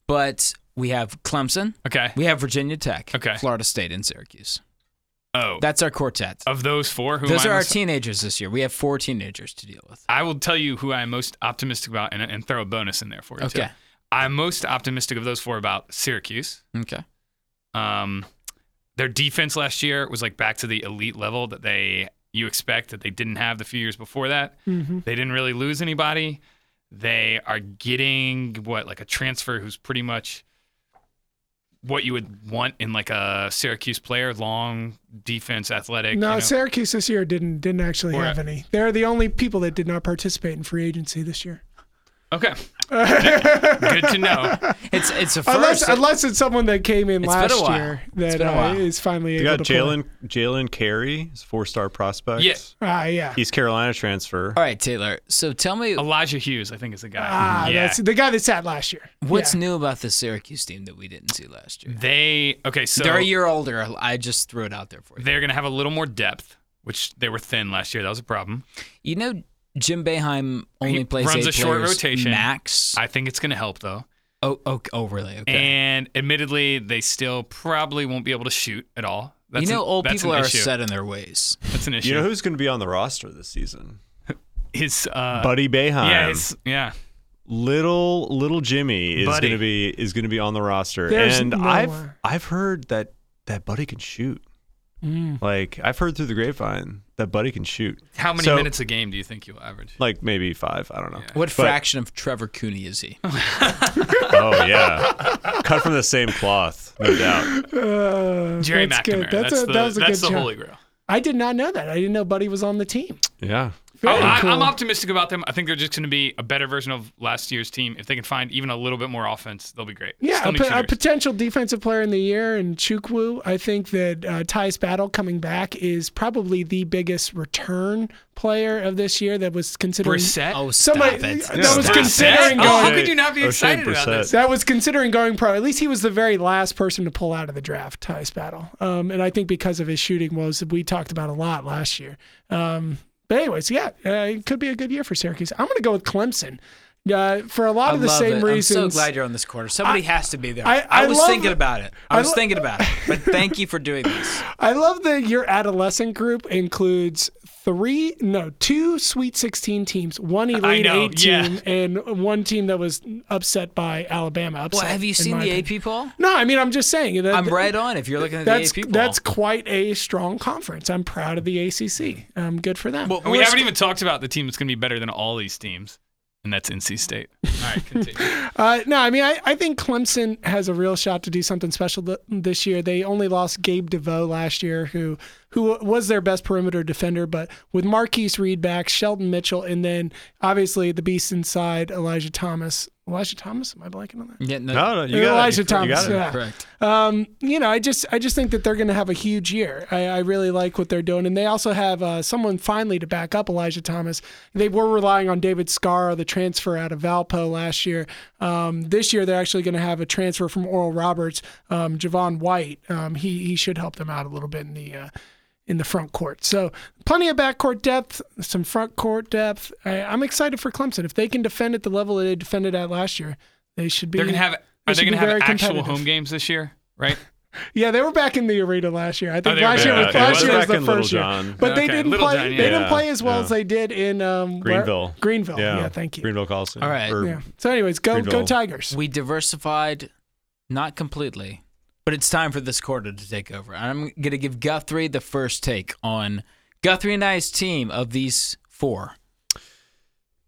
S3: But we have Clemson.
S2: Okay.
S3: We have Virginia Tech.
S2: Okay.
S3: Florida State and Syracuse.
S2: Oh,
S3: That's our quartet.
S2: of those four, who
S3: Those
S2: am I
S3: are our
S2: most-
S3: teenagers this year. We have four teenagers to deal with.
S2: I will tell you who I am most optimistic about, and, and throw a bonus in there for you. too.
S3: Okay.
S2: I'm most optimistic of those four about Syracuse.
S3: Okay.
S2: Um, their defense last year was like back to the elite level that they you expect that they didn't have the few years before that.
S1: Mhm.
S2: They didn't really lose anybody. They are getting what like a transfer who's pretty much what you would want in like a Syracuse player, long defense, athletic.
S1: No,
S2: you know.
S1: Syracuse this year didn't didn't actually
S2: Or-
S1: have any. They're the only people that did not participate in free agency this year. <laughs>
S2: okay, good to know.
S3: It's it's a first.
S1: Unless unless it's someone that came in
S3: It's been a
S1: last
S3: while.
S1: year
S3: It's
S1: that
S3: been a
S1: uh,
S3: while.
S1: is finally
S4: You
S1: able
S4: got
S1: to pull it.
S4: Jalen Jalen Carey, he's a four star prospect.
S2: Yeah.
S1: Ah, yeah.
S4: East Carolina transfer.
S3: All right, Taylor. So tell me
S2: Elijah Hughes, I think, is the guy.
S1: Ah,
S2: yeah.
S1: that's the guy that sat last year.
S3: what's
S1: yeah.
S3: new about the Syracuse team that we didn't see last year.
S2: they okay. So
S3: They're a year older. I just threw it out there for you.
S2: they're going to have a little more depth, which they were thin last year. That was a problem.
S3: You know, Jim Beheim only
S2: He
S3: plays
S2: runs
S3: eight
S2: a short
S3: players
S2: rotation.
S3: max.
S2: I think it's going to help though.
S3: oh, oh, oh, really? Okay.
S2: And admittedly, they still probably won't be able to shoot at all. That's
S3: you know,
S2: an,
S3: old
S2: that's
S3: people
S2: an
S3: are
S2: issue.
S3: set in their ways.
S2: That's an issue.
S4: You know who's going to be on the roster this season?
S2: his uh,
S4: Buddy Bayheim.
S1: um,
S2: yeah, his, yeah.
S4: little little Jimmy is
S2: Buddy.
S4: going to be is going to be on the roster.
S1: There's
S4: and
S1: no
S4: I've
S1: way.
S4: I've heard that that Buddy can shoot.
S1: Mm.
S4: Like I've heard through the grapevine that Buddy can shoot.
S2: How many
S4: So-
S2: minutes a game do you think you'll average?
S4: Like maybe five. I don't know.
S3: What
S4: But-
S3: fraction of Trevor Cooney
S1: <laughs>
S3: is he?
S4: Oh yeah, cut from the same cloth, no doubt.
S1: Uh,
S2: Jerry
S1: that's
S2: McNamara.
S1: Good. That's, a,
S2: the,
S1: that was a
S2: that's
S1: good
S2: the
S1: job.
S2: holy grail.
S1: I did not know that. I didn't know Buddy was on the team.
S4: Yeah,
S2: Oh,
S1: Very
S2: I,
S1: cool.
S2: I'm optimistic about them. I think they're just going to be a better version of last year's team. If they can find even a little bit more offense, they'll be great.
S1: Yeah,
S2: Still
S1: a,
S2: need
S1: po- a
S2: shooters.
S1: potential defensive player in the year and Chukwu. I think that uh, Tyus Battle coming back is probably the biggest return player of this year that was considering
S2: Brissett.
S3: Oh, stop
S1: somebody
S3: it.
S1: that
S4: Yeah.
S1: was
S4: Stop
S1: considering
S2: Oh,
S1: going
S2: how could you not be
S4: O'Shea
S2: excited about
S4: Brissett.
S2: this?
S1: that was considering going pro. At least he was the very last person to pull out of the draft, Tyus Battle. Um, and I think because of his shooting woes that we talked about a lot last year. Um, but anyways, yeah, uh, it could be a good year for Syracuse. I'm going to go with Clemson uh, for a lot
S3: I
S1: of the
S3: love
S1: same
S3: it.
S1: reasons.
S3: I'm so glad you're on this corner. Somebody has to be there.
S1: I-
S3: I,
S1: I
S3: was
S1: love-
S3: thinking about it. I,
S1: I
S3: was
S1: lo-
S3: thinking about it.
S1: <laughs>
S3: But thank you for doing this.
S1: I love that your adolescent group includes three, no, two Sweet 16 teams, one
S2: I
S1: Elite
S2: know,
S1: Eight
S2: yeah.
S1: team, and one team that was upset by Alabama. Upset,
S3: Well, have you
S1: in
S3: seen
S1: my
S3: the
S1: opinion.
S3: AP poll?
S1: No, I mean, I'm just saying. That,
S3: I'm right on. If you're looking at
S1: That's
S3: the AP poll,
S1: that's quite a strong conference. I'm proud of the ACC. Um, good for them.
S2: And we haven't even talked about the team that's going to be better than all these teams, and that's NC State. All right, continue.
S1: Uh, no, I mean, I, I think Clemson has a real shot to do something special th- this year. They only lost Gabe DeVoe last year, who who was their best perimeter defender, but with Marquise Reed back, Sheldon Mitchell, and then obviously the beast inside, Elijah Thomas. Elijah Thomas? Am I blanking on that?
S3: yeah, no,
S4: no, no, you got
S1: Uh, Elijah
S4: it. You
S1: Thomas.
S4: got it.
S1: yeah.
S3: correct.
S1: Um, you know, I just I just think that they're going to have a huge year. I, I really like what they're doing, and they also have uh, someone finally to back up Elijah Thomas. They were relying on David Scarra, the transfer out of Valpo last year. Um, this year, they're actually going to have a transfer from Oral Roberts, um, Javon White. Um, he he should help them out a little bit in the. Uh, in the front court. So plenty of backcourt depth, some front court depth. I, I'm excited for Clemson. If they can defend at the level that they defended at last year, they should be
S2: They're gonna have. Are
S1: should be
S2: they gonna have
S1: very
S2: actual
S1: competitive.
S2: home games this year?
S4: <laughs>
S2: Right?
S1: Yeah, they were back in the arena last year. I
S2: Oh,
S1: think
S2: they were
S1: last
S2: back.
S1: year was,
S2: Yeah,
S1: last
S2: it was
S1: year was
S4: back
S1: the
S4: in Little
S1: first year,
S4: John.
S1: but they
S2: Okay,
S1: didn't
S2: Little
S1: play.
S2: John,
S1: They didn't
S4: yeah.
S1: play as well
S4: Yeah.
S1: as they did in um, where-
S4: Greenville.
S1: Greenville. Yeah. thank you.
S4: Greenville Carlson.
S3: All right.
S4: Or-
S1: Yeah. So, anyways, go go
S4: Greenville.
S1: Tigers.
S3: We diversified, not completely, but it's time for this quarter to take over. I'm gonna give Guthrie the first take on Guthrie and I's team of these four.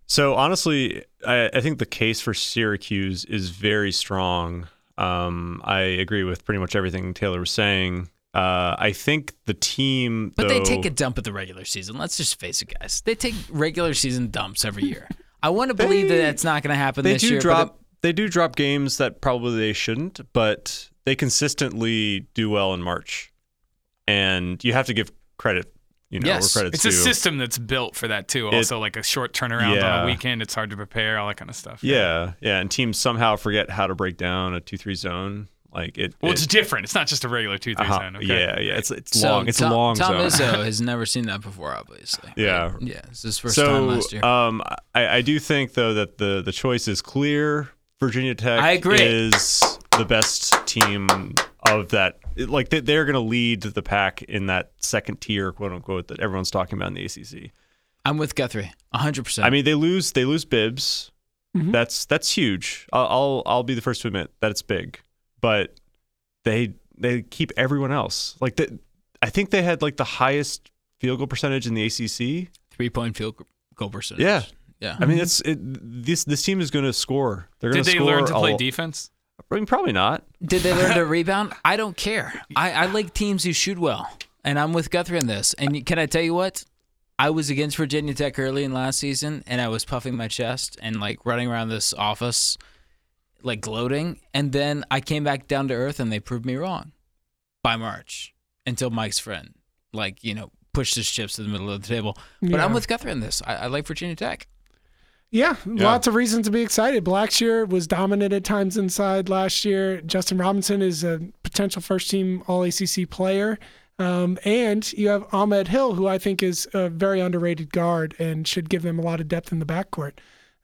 S4: So honestly, I, I think the case for Syracuse is very strong. Um, I agree with pretty much everything Taylor was saying. Uh, I think the team,
S3: But they
S4: though-
S3: take a dump at the regular season. Let's just face it, guys. They take regular season dumps every year. I want to believe that that's not going to happen
S4: They
S3: this
S4: do
S3: year. but
S4: drop. they do drop games that probably they shouldn't, but they consistently do well in March, and you have to give credit. You know,
S3: Yes.
S4: where credit's
S2: It's
S4: due.
S2: a system that's built for that too. Also, like a short turnaround on
S4: Yeah.
S2: a weekend. It's hard to prepare. All that kind of stuff.
S4: Yeah, yeah, and teams somehow forget how to break down a two-three zone. Like it.
S2: Well,
S4: it-
S2: it's different. It's not just a regular two three
S4: uh-huh.
S2: zone. Okay?
S4: Yeah, yeah. It's it's
S3: So
S4: long. It's
S3: Tom,
S4: a long
S3: Tom
S4: zone. <laughs>
S3: Izzo has never seen that before, obviously.
S4: Yeah.
S3: Yeah, it's his first time
S4: so
S3: last year.
S4: um, I, I do think though that the the choice is clear. Virginia Tech
S3: I agree.
S4: is the best team of that. Like they, they're going to lead the pack in that second tier, quote unquote, that everyone's talking about in the ACC.
S3: I'm with Guthrie, 100. percent
S4: I mean, they lose they lose Bibbs. That's that's huge. I'll, I'll I'll be the first to admit that it's big, but they they keep everyone else. Like the, I think they had like the highest field goal percentage in the ACC.
S3: three point field goal percentage.
S4: Yeah.
S3: yeah.
S4: I mean, it's it, this this team is going to score. They're going
S2: Did
S4: to
S2: they
S4: score.
S2: learn to play
S4: a-
S2: defense?
S4: I mean, probably not.
S3: Did they
S1: <laughs>
S3: learn to rebound? I don't care. I, I like teams who shoot well, and I'm with Guthrie on this. And you- can I tell you what? I was against Virginia Tech early in last season, and I was puffing my chest and like running around this office, like gloating. And then I came back down to earth, and they proved me wrong by March until Mike's friend, like you know, pushed his chips to the middle of the table. But
S1: Yeah.
S3: I'm with Guthrie on this. I, I like Virginia Tech.
S1: Yeah, lots of reasons to be excited. Blackshear was dominant at times inside last year. Justin Robinson is a potential first team All ACC player. Um, and you have Ahmed Hill, who I think is a very underrated guard and should give them a lot of depth in the backcourt.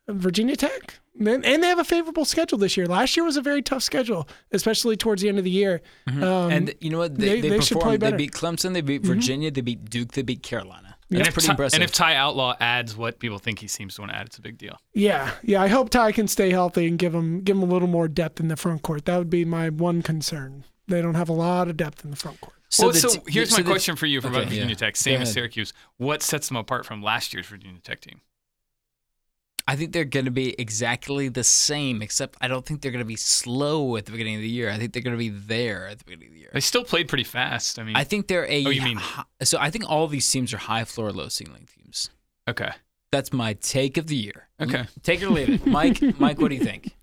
S1: Virginia Tech, and and they have a favorable schedule this year. Last year was a very tough schedule, especially towards the end of the year. Um,
S3: and you know what?
S1: they-
S3: They, they,
S1: they should play
S3: performed. They
S1: better. Mm-hmm.
S3: beat Clemson. They beat Virginia. They beat Duke. They beat Carolina. That's
S2: if
S3: pretty
S2: Ty,
S3: impressive.
S2: And if Ty Outlaw adds what people think he seems to want to add, it's a big deal.
S1: Yeah, yeah. I hope Ty can stay healthy and give him give him a little more depth in the front court. That would be my one concern. They don't have a lot of depth in the front court.
S2: well,
S3: the
S2: so
S3: t-
S2: here's
S3: so
S2: my
S3: the-
S2: question for you from
S3: Okay,
S2: about Virginia
S3: yeah.
S2: Tech,
S3: Go
S2: same as
S3: ahead.
S2: Syracuse. What sets them apart from last year's Virginia Tech team?
S3: I think they're going to be exactly the same, except I don't think they're going to be slow at the beginning of the year. I think they're going to be there at the beginning of the year.
S2: They still played pretty fast. I mean,
S3: I think they're a.
S2: Oh, you mean-
S3: hi- so? I think all these teams are high floor, low ceiling teams.
S2: okay.
S3: That's my take of the year.
S2: Okay.
S3: Take it or leave
S2: <laughs>
S3: it, Mike. Mike, what do you think?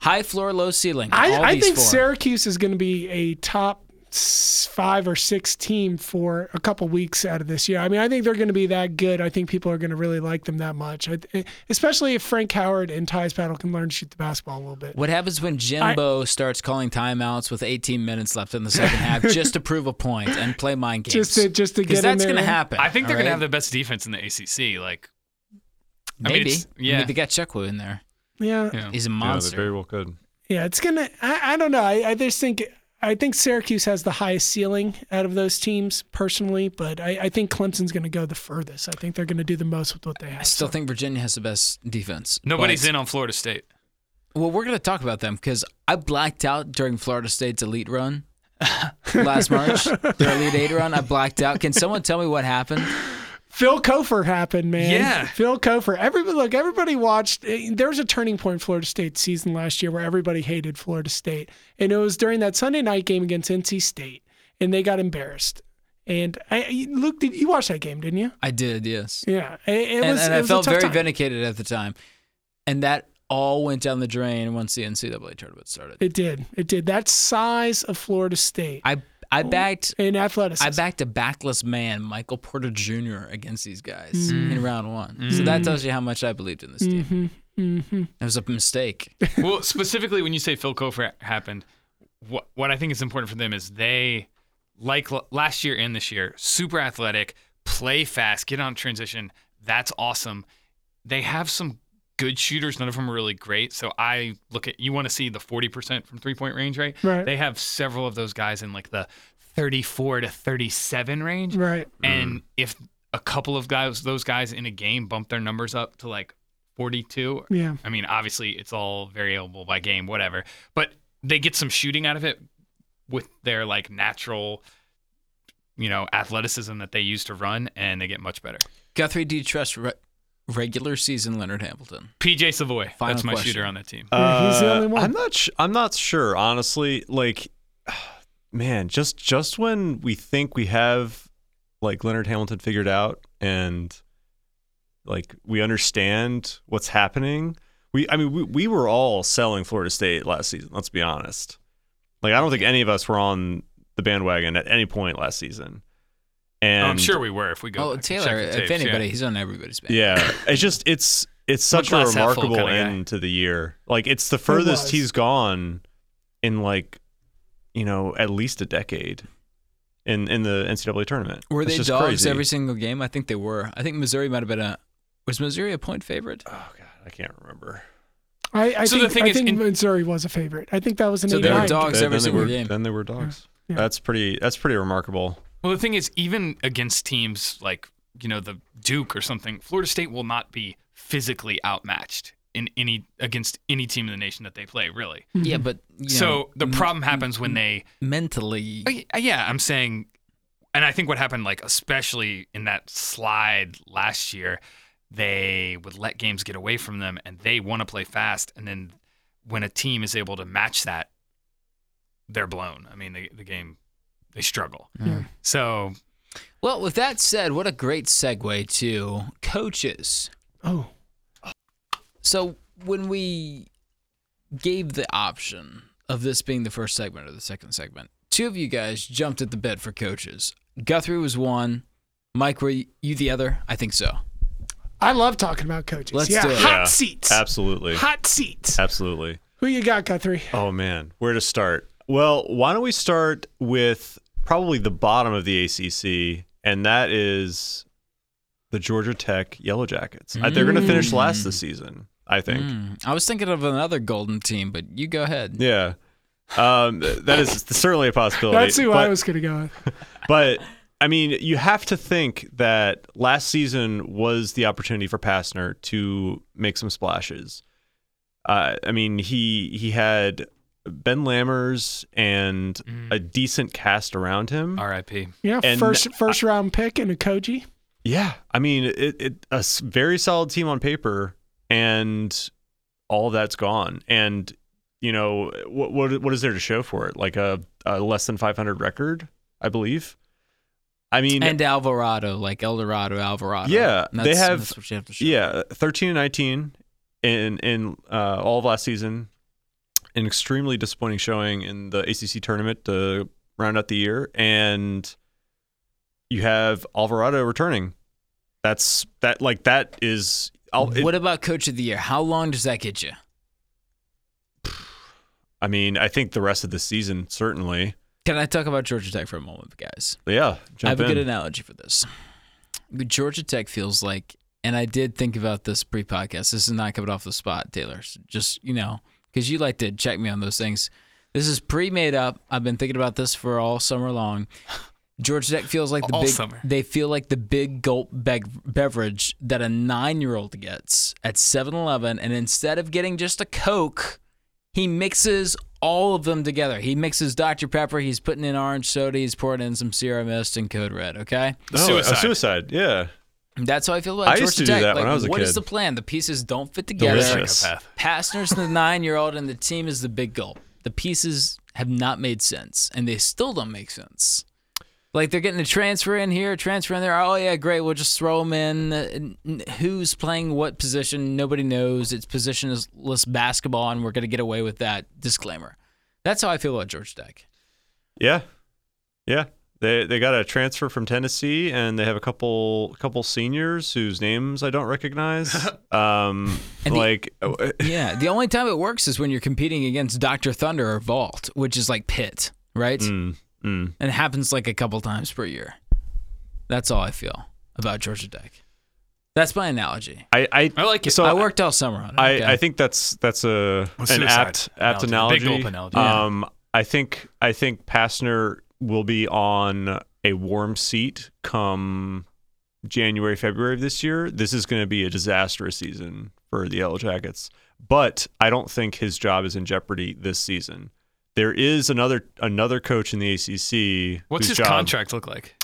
S3: High floor, low ceiling.
S1: I,
S3: all
S1: I
S3: these
S1: think
S3: four.
S1: Syracuse is going to be a top s- five or six team for a couple weeks out of this year. I mean, I think they're going to be that good. I think people are going to really like them that much, I, th- especially if Frank Howard and Ty's Battle can learn to shoot the basketball a little bit.
S3: What happens when Jimbo starts calling timeouts with 18 minutes left in the second
S1: <laughs>
S3: half just to prove a point and play mind games?
S1: Just to- just to
S3: 'Cause
S1: get in
S3: that's
S1: there
S3: gonna
S1: and-
S3: happen.
S2: I think they're
S3: all
S2: going to
S3: right?
S2: have the best defense in the ACC. Like, I mean,
S3: Maybe.
S2: it's- yeah. Oh.
S3: I mean, they got Chukwu in there.
S1: Yeah,
S2: you know,
S3: He's a
S4: Yeah,
S3: monster.
S4: they very well could.
S1: Yeah, it's gonna. I, I don't know. I, I just think I think Syracuse has the highest ceiling out of those teams personally, but I, I think Clemson's gonna go the furthest. I think they're gonna do the most with what they have.
S3: I still
S1: so.
S3: think Virginia has the best defense.
S2: nobody's
S3: but-
S2: in on Florida State.
S3: Well, we're going to talk about them because I blacked out during Florida State's elite run <laughs> last March. Their elite eight run, I blacked out. Can someone tell me what happened?
S1: Phil Kofer happened, man.
S2: Yeah.
S1: Phil Kofer. Everybody look. Everybody watched. eh, There was a turning point in Florida State season last year where everybody hated Florida State, and it was during that Sunday night game against NC State, and they got embarrassed. And I, Luke, did you watch that game? Didn't you?
S3: I did, yes.
S1: Yeah. It, it
S3: and,
S1: was.
S3: and
S1: it
S3: I
S1: was a
S3: felt
S1: tough
S3: very
S1: time.
S3: vindicated at the time. And that all went down the drain once the NCAA tournament started.
S1: It did. It did. That size of Florida State.
S3: I
S1: Oh.
S3: I backed
S1: in athleticism.
S3: I backed a backless man, Michael Porter Jr., against these guys
S4: Mm.
S3: in round one. So that tells you how much I believed in this team.
S4: Mm-hmm.
S1: Mm-hmm.
S3: It was a
S4: <laughs>
S3: mistake.
S2: well, specifically when you say Phil Kofer happened, what what I think is important for them is they like l- last year and this year, super athletic, play fast, get on transition. That's awesome. They have some good shooters. None of them are really great. So I look at you want to see the forty percent from three point range, right?
S1: Right.
S2: They have several of those guys in like the thirty four to thirty seven range.
S1: right.
S2: And if a couple of guys, those guys in a game, bump their numbers up to like 42,
S1: Yeah.
S2: I mean, obviously it's all variable by game, whatever, but they get some shooting out of it with their like natural, you know, athleticism that they use to run, and they get much better.
S3: Guthrie, do you trust re- regular season Leonard Hamilton?
S2: PJ Savoy,
S3: Final
S2: that's my
S3: question.
S2: shooter on that team.
S1: Yeah, he's the
S4: Uh,
S1: only one.
S4: I'm not. Sh- I'm not sure, honestly. Like, <sighs> man, just just when we think we have like Leonard Hamilton figured out and like we understand what's happening, we. I mean, we, we were all selling Florida State last season. Let's be honest. Like, I don't think any of us were on the bandwagon at any point last season.
S2: Oh,
S4: And
S2: I'm sure we were if we go.
S3: Oh,
S2: back and check
S3: Taylor,
S2: the
S3: if
S2: tapes, yeah.
S3: anybody, he's on everybody's back.
S4: Yeah, it's just it's it's such a
S2: glass half full
S4: remarkable
S2: kinda guy.
S4: end to the year. Like it's the
S1: was.
S4: furthest he's gone in like you know at least a decade in in the NCAA tournament.
S3: Were
S4: It's
S3: they
S4: just
S3: dogs
S4: crazy.
S3: every single game? I think they were. I think Missouri might have been a. Was Missouri a point favorite?
S4: Oh god, I can't remember.
S1: I, I
S2: So the
S1: think,
S2: thing
S1: I
S2: is
S1: think
S2: in-
S1: Missouri was a favorite. I think that was an
S3: So
S1: eight
S3: they were
S1: nine.
S3: dogs
S4: Then-
S3: every
S4: then they
S3: single
S4: were-
S3: game.
S4: Then they were dogs.
S1: Yeah.
S4: That's pretty. That's pretty remarkable.
S2: Well, the thing is, even against teams like, you know, the Duke or something, Florida State will not be physically outmatched in any against any team in the nation that they play, really.
S4: Mm-hmm.
S3: Yeah, Mm-hmm. but you
S2: so the
S3: know,
S2: problem happens when they
S3: mentally.
S4: Oh,
S2: Uh, Yeah, I'm saying, and I think what happened, like especially in that slide last year, they would let games get away from them, and they want to play fast. And then when a team is able to match that, they're blown. I mean, the the game, they struggle.
S1: Yeah.
S2: So
S3: Well, with that said, what a great segue to coaches.
S1: Oh,
S3: So when we gave the option of this being the first segment or the second segment, two of you guys jumped at the bed for coaches. Guthrie was one. Mike, were you the other? I think so.
S1: I love talking about coaches.
S3: Let's
S1: yeah,
S3: do it.
S1: hot
S4: Yeah.
S1: seats.
S4: Absolutely.
S1: Hot seats.
S4: Absolutely.
S1: Who you got, Guthrie?
S4: Oh man, where to start? Well, why don't we start with probably the bottom of the ACC, and that is the Georgia Tech Yellow Jackets. I- They're going to finish last this season, I think.
S3: Hmm. I was thinking of another golden team, but you go ahead.
S4: Yeah, um, that is certainly a possibility.
S1: That's who I
S4: but-
S1: was gonna go with.
S4: but I mean, you have to think that last season was the opportunity for Passner to make some splashes. Uh, I mean, he he had Ben Lammers and
S2: Mm-hmm. mm,
S4: a decent cast around him.
S2: R.I.P.
S1: Yeah,
S4: And
S1: first first round pick and a Koji.
S4: Yeah, I mean, it, it a s- very solid team on paper, and all that's gone. And you know, what what what is there to show for it? Like a, a less than 500 record, I believe. I mean,
S3: And Alvarado, like Eldorado, Alvarado.
S4: Yeah,
S3: And
S4: they
S3: that's-
S4: have-
S3: That's what you have to show.
S4: Yeah, 13 and 19 in in uh, all of last season. An extremely disappointing showing in the ACC tournament to round out the year, and you have Alvarado returning. That's that like that is. I'll, it-
S3: what about coach of the year? How long does that get you?
S4: I mean, I think the rest of the season certainly.
S3: Can I talk about Georgia Tech for a moment, guys?
S4: But yeah, jump
S3: I have a
S4: in.
S3: good analogy for this. Georgia Tech feels like, and I did think about this pre podcast. This is not coming off the spot, Taylor. So Just, you know, because you like to check me on those things. This is pre made up. I've been thinking about this for all summer long. Georgia Tech feels like the
S2: All
S3: big,
S2: summer.
S3: they feel like the big gulp beg- beverage that a nine year old gets at 7 Eleven. And instead of getting just a Coke, he mixes all of them together. He mixes Dr. Pepper, he's putting in orange soda, he's pouring in some Sierra Mist and Code Red, okay?
S4: Oh,
S2: Suicide.
S4: A suicide. Yeah.
S3: That's how I feel about
S4: I
S3: Georgia
S4: used to do
S3: Tech.
S4: that
S3: like,
S4: when I was a
S3: what is
S4: kid.
S3: the plan? The pieces don't fit together.
S4: Delicious.
S2: Psychopath.
S3: Passner's the nine year old, and the team is the big goal. The pieces have not made sense, and they still don't make sense. Like they're getting a transfer in here, a transfer in there. Oh yeah, great. We'll just throw them in. Uh, n- n- Who's playing what position? Nobody knows. It's positionless basketball, and we're gonna get away with that. Disclaimer. That's how I feel about Georgia Tech.
S4: Yeah, yeah. They they got a transfer from Tennessee, and they have a couple couple seniors whose names I
S2: <laughs>
S4: don't recognize. um,
S3: And the- <laughs>
S4: like oh, uh,
S3: Yeah, the only time it works is when you're competing against Doctor Thunder or Vault, which is like Pitt, right?
S4: mm, mm.
S3: and it happens like a couple times per year. That's all I feel about Georgia Tech. That's my analogy.
S4: I I,
S2: I like it.
S4: So
S3: I worked all summer on it.
S4: I,
S3: okay?
S4: I think that's that's a
S2: Well,
S4: an
S2: suicide
S4: apt apt
S2: analogy. Big gulp
S4: analogy.
S2: analogy.
S4: Um, I think I think Passner will be on a warm seat come January February of this year. This is going to be a disastrous season for the Yellow Jackets, but I don't think his job is in jeopardy this season. There is another another coach in the ACC.
S2: what's his
S4: whose job-
S2: contract look like?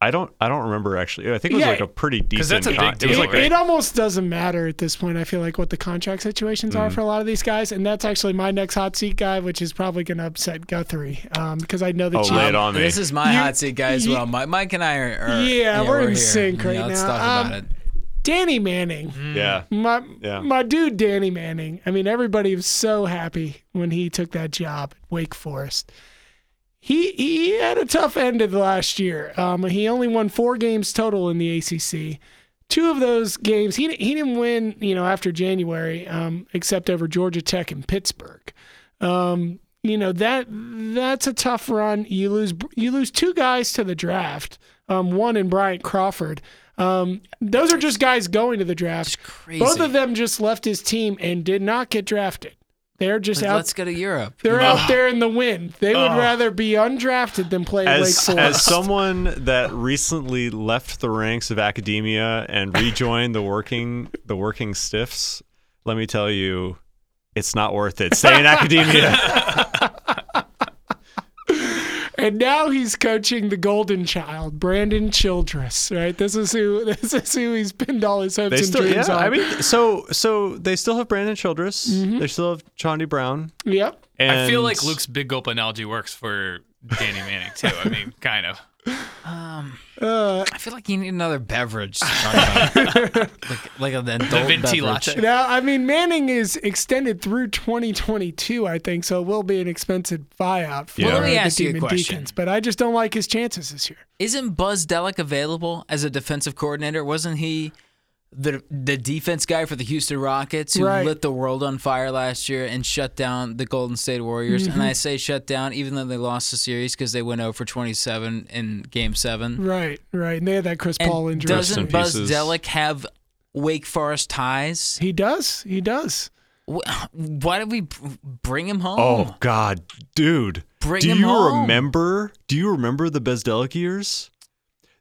S4: I don't I don't remember actually. I think it was
S1: Yeah.
S4: like a pretty decent.
S2: that's a big
S4: con- It was
S2: deal,
S4: like
S1: It,
S2: right?
S1: it almost doesn't matter at this point. I feel like what the contract situations
S4: Mm.
S1: are for a lot of these guys, and that's actually my next hot seat guy, which is probably going to upset Guthrie um, because I know that
S4: Oh,
S1: you.
S4: lay it on me.
S3: This is my
S1: You-
S3: hot seat, guys.
S1: you-
S3: well, Mike, Mike and I are. are-
S1: Yeah, we're in
S3: here.
S1: sync right
S3: yeah, let's
S1: now.
S3: talk
S1: Um,
S3: about it.
S1: Danny Manning.
S4: yeah.
S1: My
S4: Yeah.
S1: my dude Danny Manning. I mean, everybody was so happy when he took that job at Wake Forest. He he had a tough end of the last year. Um, he only won four games total in the ACC. Two of those games he he didn't win. You know, after January, um, except over Georgia Tech and Pittsburgh. Um, you know that that's a tough run. You lose you lose two guys to the draft. Um, one in Bryant Crawford. Um, those are just guys going to the draft.
S3: Crazy.
S1: Both of them just left his team and did not get drafted. They're just
S3: Like,
S1: out.
S3: let's go to Europe.
S1: they're out there in the wind. They would rather be undrafted than play at Lake
S4: as,
S1: Forest.
S4: as someone that recently left the ranks of academia and rejoined the working the working stiffs, let me tell you, it's not worth it. Stay in academia.
S1: And now he's coaching the golden child, Brandon Childress. Right? This is who <laughs> this is who he's pinned all his hopes
S4: They
S1: and
S4: still, yeah.
S1: dreams on.
S4: I mean, so so they still have Brandon Childress. They still have Chandi Brown.
S1: yep.
S4: And
S2: I feel like Luke's big gulp analogy works for Danny Manning too. I mean, kind
S4: <laughs>
S2: of.
S1: Uh,
S3: I feel like you need another beverage to talk about.
S1: <laughs>
S3: like, like an adult
S2: venti
S3: beverage.
S2: latte.
S1: Now, I mean, Manning is extended through 2022, I think, so it will be an expensive buyout for
S4: Well, let
S3: me
S1: the
S3: ask you a
S1: Demon
S3: question.
S1: Deacons. But I just don't like his chances this year.
S3: Isn't Buzz Delic available as a defensive coordinator? Wasn't he the the defense guy for the Houston Rockets who
S1: Right.
S3: lit the world on fire last year and shut down the Golden State Warriors?
S1: Mm-hmm.
S3: And I say shut down, even though they lost the series because they went 0 for 27 in Game Seven.
S1: Right, right. And they had that Chris
S3: And
S1: Paul injury.
S4: Rest in
S3: doesn't Buzz
S4: pieces.
S3: Delic have Wake Forest ties?
S1: he does. He does.
S3: Wh- Why did we b- bring him home?
S4: Oh God, dude.
S3: Bring
S4: do
S3: him
S4: you
S3: home.
S4: remember? Do you remember the Bezdelic years?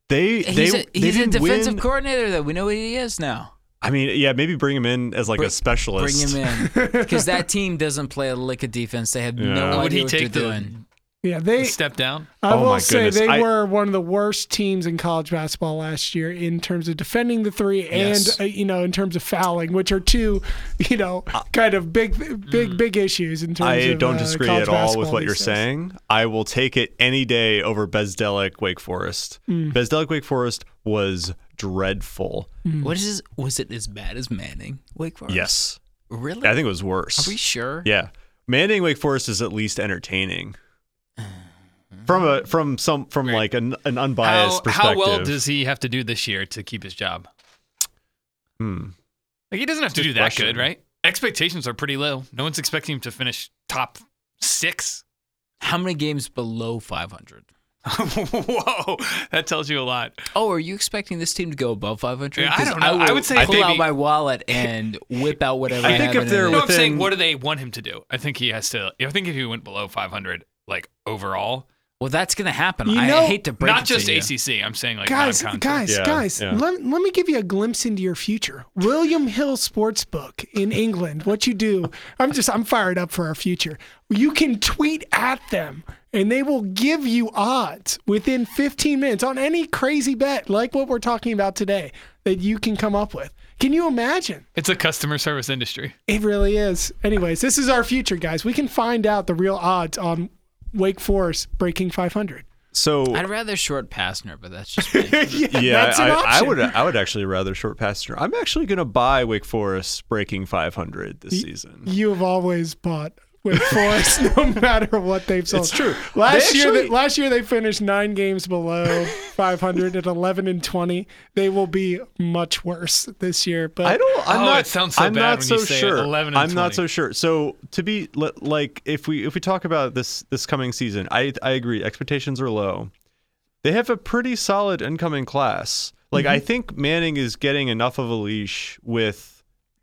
S4: They
S3: he's
S4: they
S3: a,
S4: they
S3: he's a
S4: didn't
S3: defensive
S4: win.
S3: coordinator though. We know what he is now.
S4: I mean, yeah, maybe bring him in as like
S3: Br-
S4: a specialist.
S3: Bring him in
S4: <laughs>
S3: because that team doesn't play a lick of defense. They have no
S4: Yeah.
S3: idea
S2: Would he
S3: what
S2: take
S3: they're
S2: the-
S3: doing.
S1: Yeah, they.
S2: Step down.
S1: I
S4: Oh,
S1: will
S4: my
S1: say
S4: goodness.
S1: they
S4: I-
S1: were one of the worst teams in college basketball last year in terms of defending the three and
S3: Yes.
S1: uh, you know in terms of fouling, which are two, you know, kind of big, big, big issues in terms.
S4: Uh, mm. I
S1: of,
S4: don't
S1: uh,
S4: disagree
S1: college
S4: at all with
S1: basketball
S4: what you're
S1: these days.
S4: saying. I will take it any day over Bezdelic Wake Forest.
S1: Mm.
S4: Bezdelic Wake Forest was dreadful.
S3: What is his, was it as bad as Manning Wake Forest?
S4: Mm. Yes.
S3: really.
S4: I think it was worse.
S3: Are we sure?
S4: Yeah. Manning Wake Forest is at least entertaining. From a from some from like an, an unbiased
S2: How, how
S4: perspective.
S2: well does he have to do this year to keep his job?
S4: Hmm.
S2: Like he doesn't have to
S4: Good
S2: do that
S4: question.
S2: good, right? Expectations are pretty low. No one's expecting him to finish top six. <laughs>
S3: How many games below 500?
S2: Whoa, that tells you a lot.
S3: Oh, are you expecting this team to go above 500?
S2: Yeah, I
S3: 'Cause
S2: don't know. I
S3: will
S2: would say
S3: pull out
S2: maybe-
S3: my wallet and whip out whatever.
S4: I think
S3: have
S4: if
S3: in
S4: they're
S3: it.
S2: No, I'm
S4: within-
S2: saying what do they want him to do? I think he has to. I think if he went below 500, like overall,
S3: well, that's gonna happen.
S1: You
S3: I, I
S1: know-
S3: hate to break
S2: not
S3: it to
S2: just
S3: you.
S2: ACC. I'm saying like
S1: guys,
S2: non-conference.
S1: guys,
S4: Yeah,
S1: guys,
S4: yeah.
S1: Let, let me give you a glimpse into your future. William Hill Sportsbook in England, what you do, I'm just, I'm fired up for our future. You can tweet at them and they will give you odds within 15 minutes on any crazy bet like what we're talking about today that you can come up with. Can you imagine?
S2: It's a customer service industry.
S1: It really is. Anyways, this is our future, guys. We can find out the real odds on Wake Forest breaking <laughs> 500.
S4: So
S3: I'd rather short Passner, but that's
S2: <laughs>
S3: just me.
S1: yeah,
S4: yeah,
S1: that's an
S4: I, I
S1: option.
S4: would I would actually rather short passenger. I'm actually gonna buy Wake Forest breaking 500 this season.
S1: you have always bought with Forest, <laughs> no matter what they've sold.
S4: It's true.
S1: Last
S4: They
S1: year, they,
S4: actually-
S1: last year they finished nine games below 500 at 11 and 20. They will be much worse this year. But
S4: I don't. I'm
S2: Oh,
S4: not.
S2: it sounds so
S4: I'm
S2: bad
S4: not
S2: when
S4: so
S2: you say it,
S4: sure.
S2: 11 and
S4: I'm
S2: 20.
S4: not so sure. So to be li- like, if we if we talk about this this coming season, I I agree. Expectations are low. They have a pretty solid incoming class. Like
S1: Mm-hmm.
S4: I think Manning is getting enough of a leash with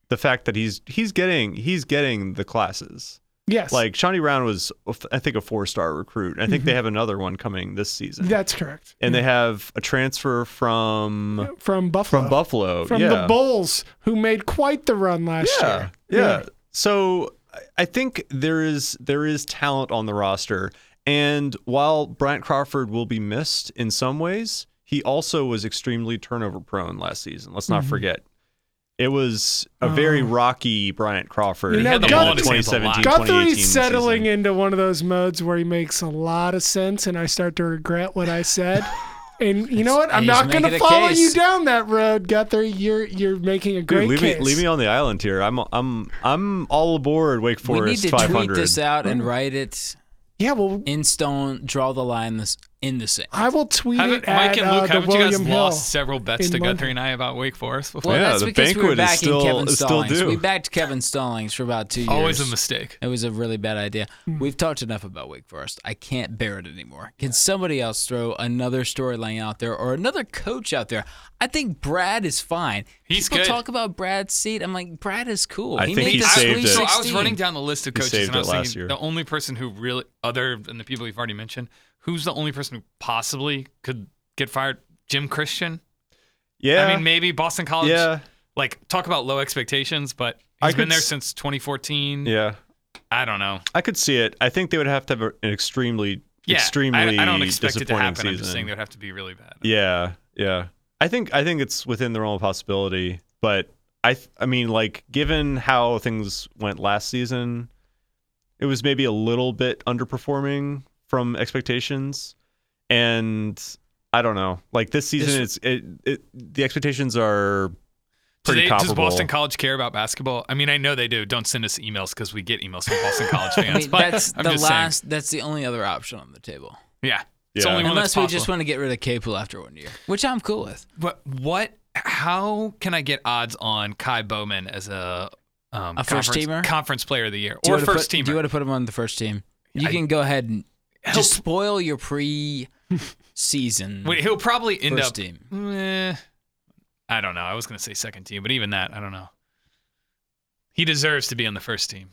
S4: the fact that he's he's getting he's getting the classes.
S1: yes,
S4: Like Shawnee Brown was I think a four star recruit. I think
S1: Mm-hmm.
S4: they have another one coming this season.
S1: that's correct.
S4: and they have a transfer from
S1: From Buffalo.
S4: from Buffalo.
S1: From
S4: yeah.
S1: the Bulls, who made quite the run last
S4: Yeah,
S1: year.
S4: yeah. So I- I think there is there is talent on the roster, and while Bryant Crawford will be missed in some ways, he also was extremely turnover prone last season. Let's
S1: Mm-hmm.
S4: not forget. It was a very rocky Bryant Crawford.
S1: Oh. You know,
S4: in the
S1: He had the ball in his
S2: hands a lot.
S4: 2017, 2018
S1: Guthrie's
S4: season.
S1: settling into one of those modes where he makes a lot of sense, and I start to regret what I
S2: <laughs>
S1: said. And you know what? I'm
S3: He's
S1: not going to
S3: making a
S1: follow you
S3: case.
S1: down that road, Guthrie. You're you're making a
S4: Dude,
S1: great
S4: leave
S1: case.
S4: me leave me on the island here. I'm I'm I'm all aboard Wake
S3: we need
S4: Forest
S3: to
S4: 500.
S3: tweet this out and write it
S1: yeah, well,
S3: in stone. Draw the line this in the sand.
S1: I will tweet
S2: Haven't,
S1: it at
S2: Mike and
S1: uh,
S2: Luke,
S1: the
S2: haven't you
S1: William
S2: guys
S1: Hill.
S2: lost several bets
S1: in
S2: to
S1: London.
S2: Guthrie and I about Wake Forest before?
S3: Well,
S4: Yeah,
S3: that's
S4: the
S3: because we were
S4: banquet is
S3: backing
S4: still-
S3: Kevin
S4: is still
S3: Stallings.
S4: due.
S3: We backed Kevin Stallings for about two years.
S2: Always a mistake.
S3: It was a really bad idea.
S4: Hmm.
S3: We've talked enough about Wake Forest. I can't bear it anymore. Can somebody else throw another storyline out there or another coach out there? I think Brad is fine.
S2: He's
S3: People
S2: good.
S3: talk about Brad's seat. I'm like, Brad is cool.
S4: I think
S3: made
S4: he
S3: the
S4: saved
S3: Sweet
S4: it.
S2: So I was
S3: 16.
S2: running down the list of coaches,
S4: saved
S2: and I was
S4: it last
S2: thinking
S4: year.
S2: the only person who really, other than the people you've already mentioned, who's the only person who possibly could get fired? Jim Christian.
S4: Yeah.
S2: I mean, maybe Boston College.
S4: yeah.
S2: Like talk about low expectations, but he's
S4: I
S2: been
S4: could
S2: there
S4: s-
S2: since 2014.
S4: Yeah.
S2: I don't know.
S4: I could see it. I think they would have to have a- an extremely,
S2: Yeah,
S4: extremely
S2: I, I don't expect it to
S4: disappointing
S2: happen.
S4: season.
S2: I'm just saying they would have to be really bad.
S4: Yeah, yeah. I think I think it's within the realm of possibility, but I th- I mean like given how things went last season, it was maybe a little bit underperforming from expectations, and I don't know. Like this season, it's it, it the expectations are
S2: Do
S4: pretty
S2: they- does
S4: comparable.
S2: Boston College care about basketball? I mean, I know they do. Don't send us emails because we get emails from Boston
S4: <laughs>
S2: College
S3: I
S2: fans.
S3: mean,
S2: but
S3: that's
S2: I'm
S3: the
S2: just
S3: last. That's the only other option on the table.
S2: Saying, yeah, it's
S4: Yeah.
S2: only one that's
S3: Unless we
S2: possible.
S3: just want to get rid of Capel after one year, which I'm cool with.
S2: But what? How can I get odds on Kai Bowman as a um,
S3: A first
S2: conference-
S3: teamer?
S2: conference player of the year
S3: Do you
S2: or
S3: wanna
S2: first
S3: put,
S2: teamer?
S3: Do you want to put him on the first team? You
S2: I-
S3: can go ahead and
S2: Help.
S3: just spoil your pre-season.
S2: <laughs> Wait, he'll probably end
S3: First
S2: up.
S3: team.
S2: Eh, I don't know. I was going to say second team, but even that, I don't know. He deserves to be on the first team,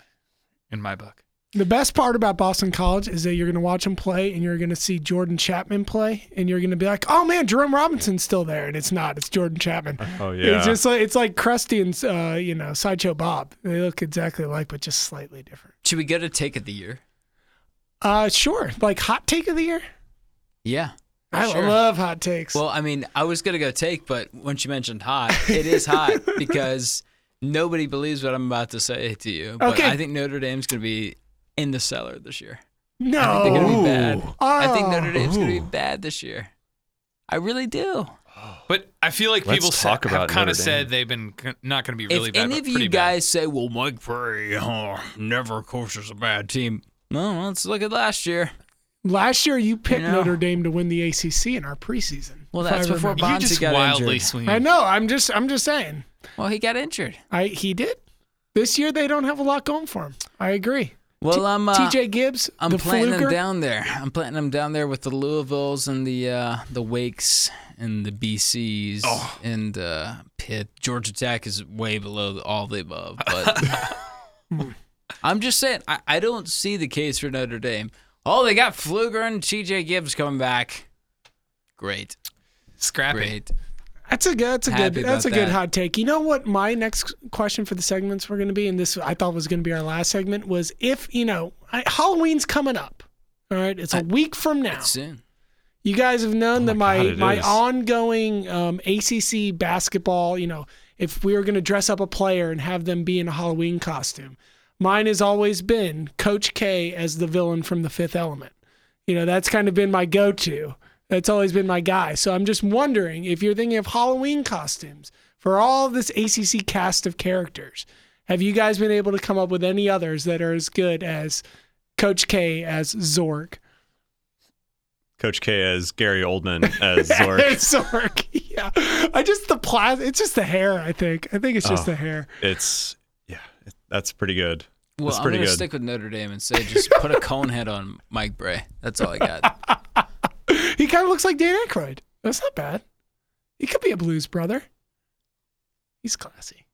S2: in my book.
S1: The best part about Boston College is that you're going to watch them play and you're going to see Jordan Chapman play and you're going to be like, oh man, Jerome Robinson's still there. And it's not, it's Jordan Chapman.
S4: Oh yeah,
S1: It's just like, it's like Krusty and, uh, you know, Sideshow Bob. They look exactly alike, but just slightly different.
S3: Should we get a take of the year?
S1: Uh, sure. Like hot take of the year?
S3: Yeah.
S1: I
S3: Sure.
S1: love hot takes.
S3: Well, I mean, I was gonna go take, but once you mentioned hot, it
S2: <laughs>
S3: is hot because nobody believes what I'm about to say to you. But
S1: Okay.
S3: I think Notre Dame's gonna be in the cellar this year. I think they're gonna
S1: no.
S2: Oh.
S3: be bad. I think
S1: Oh.
S3: Notre Dame's gonna be bad this year. I really do.
S2: But I feel like
S4: Let's
S2: people
S4: talk
S2: sa- have
S4: about
S2: kind
S4: Notre
S2: of
S4: Dame.
S2: said they've been c- not going to be really
S3: if
S2: bad.
S3: any
S2: but
S3: of you
S2: pretty bad.
S3: guys say, "Well, Mike Perry huh, never coaches a bad team," no, let's look at last year.
S1: Last year, you picked
S3: know.
S1: Notre Dame to win the ACC in our preseason.
S3: Well,
S1: if I
S3: that's before
S1: remember.
S3: Bonzi
S2: you just
S3: got
S2: wildly
S3: injured.
S2: swing.
S1: I know. I'm just, I'm just saying.
S3: Well, he got injured.
S1: I he did. This year they don't have a lot going for him. I agree.
S3: Well, I'm uh,
S1: TJ Gibbs,
S3: I'm
S1: the
S3: planting
S1: fluker.
S3: them down there. I'm planting them down there with the Louisvilles and the uh, the Wakes and the BCs
S1: Oh.
S3: and uh, Pitt. Georgia Tech is way below the- all the above, but
S1: <laughs>
S3: I'm just saying I, I don't see the case for Notre Dame. Oh, they got Fluger and TJ Gibbs coming back. Great,
S2: Scrappy.
S3: great.
S1: That's a good. That's a good.
S3: Happy
S1: That's a
S3: about
S1: good
S3: that.
S1: hot take. You know what? My next question for the segments were going to be, and this I thought was going to be our last segment, was if you know I, Halloween's coming up. All right, it's a week from now.
S3: Soon.
S1: You guys have known that my
S4: Oh God, it
S1: my
S4: is.
S1: ongoing um, ACC basketball. You know, if we were going to dress up a player and have them be in a Halloween costume, mine has always been Coach K as the villain from The Fifth Element. You know, that's kind of been my go-to. That's always been my guy. So I'm just wondering if you're thinking of Halloween costumes for all this ACC cast of characters. Have you guys been able to come up with any others that are as good as Coach K as Zorg?
S4: Coach K as Gary Oldman as Zork.
S1: It's Zork. <laughs> Yeah. I just the plas. It's just the hair. I think. I think it's just
S4: Oh.
S1: the hair.
S4: it's yeah, it- that's pretty good.
S3: Well,
S4: That's
S3: I'm
S4: pretty
S3: gonna
S4: good.
S3: stick with Notre Dame and say just
S2: <laughs>
S3: put a cone head on Mike Bray. That's all I got.
S1: He kind of looks like Dan Aykroyd. That's not bad. He could be a blues brother. He's classy.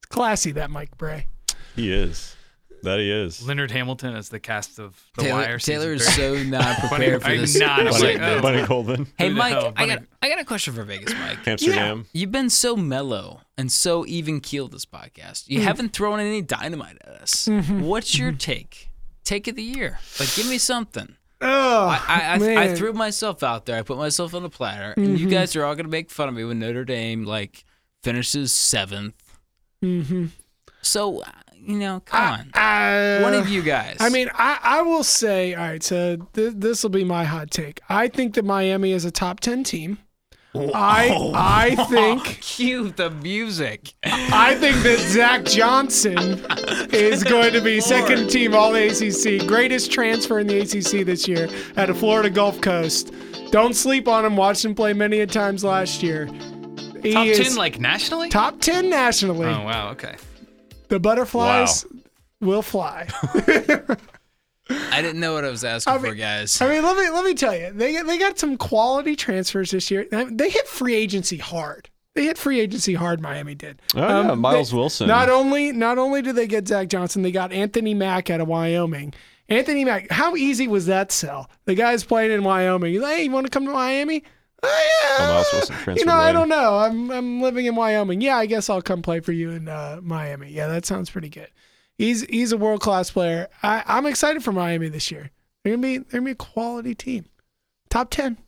S1: It's classy that Mike Bray.
S4: He is. That he is.
S2: Leonard Hamilton as the cast of <laughs> The
S3: Taylor,
S2: Wire. season
S3: Taylor is
S2: three. <laughs>
S3: so not prepared for
S2: I'm
S3: this.
S2: not. I'm
S3: this
S4: Bunny,
S2: like,
S3: segment.
S2: oh.
S4: Bunny Colvin,
S3: Hey,
S2: Who the
S3: Mike,
S2: hell?
S3: I got
S2: Bunny-
S3: I got a question for Vegas, Mike.
S4: Amsterdam.
S3: You've been so mellow and so even keel this podcast.
S2: Mm.
S3: You haven't thrown any dynamite at us.
S2: Mm-hmm.
S3: What's your take? Take of the year. Like, give me something.
S1: Oh,
S3: I, I, I, I
S1: man. Mm-hmm.
S3: threw myself out there. I put myself on a platter, and you guys are all gonna make fun of me when Notre Dame like finishes 7th So uh, you know, come
S1: Mm-hmm. I-
S3: on, one of you guys.
S1: I mean, I, I will say, all right, so th- this will be my hot take. I think that Miami is a top 10 team. I I
S3: <laughs>
S1: think
S3: cue the music.
S1: I think that Zach Johnson is going to be second team All ACC, greatest transfer in the ACC this year out of Florida Gulf Coast. Don't sleep on him. Watched him play many a times last year. He
S2: Top
S1: is
S2: 10, like nationally?
S1: top 10 nationally.
S2: oh, wow. Okay.
S1: The butterflies will fly.
S3: I didn't know what I was asking
S1: I
S3: for,
S1: mean-
S3: guys.
S1: I mean, let me let me tell you, they they got some quality transfers this year. They hit free agency hard. They hit free agency hard. Miami did. Um,
S4: Oh, yeah, Miles Wilson.
S1: Not only not only did they get Zach Johnson, they got Anthony Mack out of Wyoming. Anthony Mack, how easy was that sell? The guy's playing in Wyoming. He's like, hey, you want to come to Miami? Oh, yeah.
S4: Oh, Miles Wilson
S1: you
S4: transferred
S1: know, I
S4: away.
S1: don't know. I'm I'm living in Wyoming. Yeah, I guess I'll come play for you in uh, Miami. Yeah, that sounds pretty good. He's he's a world class player. I, I'm excited for Miami this year. They're gonna be they're gonna be a quality team. Top ten.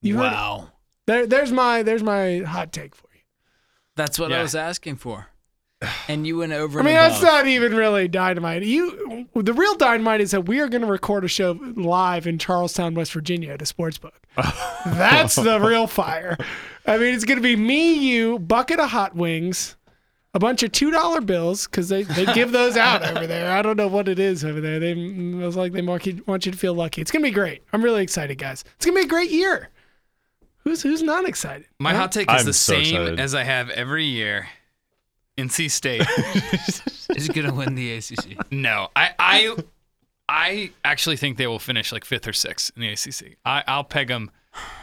S1: You heard it.
S3: wow.
S1: There there's my there's my hot take for you.
S3: That's what I
S4: Yeah.
S3: was
S1: <sighs>
S3: asking for. And you went over
S1: I mean,
S3: and above.
S1: that's not even really dynamite. You, the real dynamite is that we are going to record a show live in Charlestown, West Virginia, at a sports
S2: <laughs>
S1: book. that's the real fire. I mean, it's going to be me, you, bucket of hot wings, a bunch of two dollar bills because they, they give those out
S2: <laughs>
S1: over there. I don't know what it is over there. They it was like they want you, want you to feel lucky. It's going to be great. I'm really excited, guys. It's going to be a great year. Who's who's not excited?
S2: My hot take is
S4: I'm
S2: the
S4: so
S2: same
S4: excited.
S2: as I have every year.
S1: <laughs>
S2: NC State.
S3: Is going to win the ACC?
S2: no, I, I, I actually think they will finish like fifth or sixth in the ACC. I, I'll peg them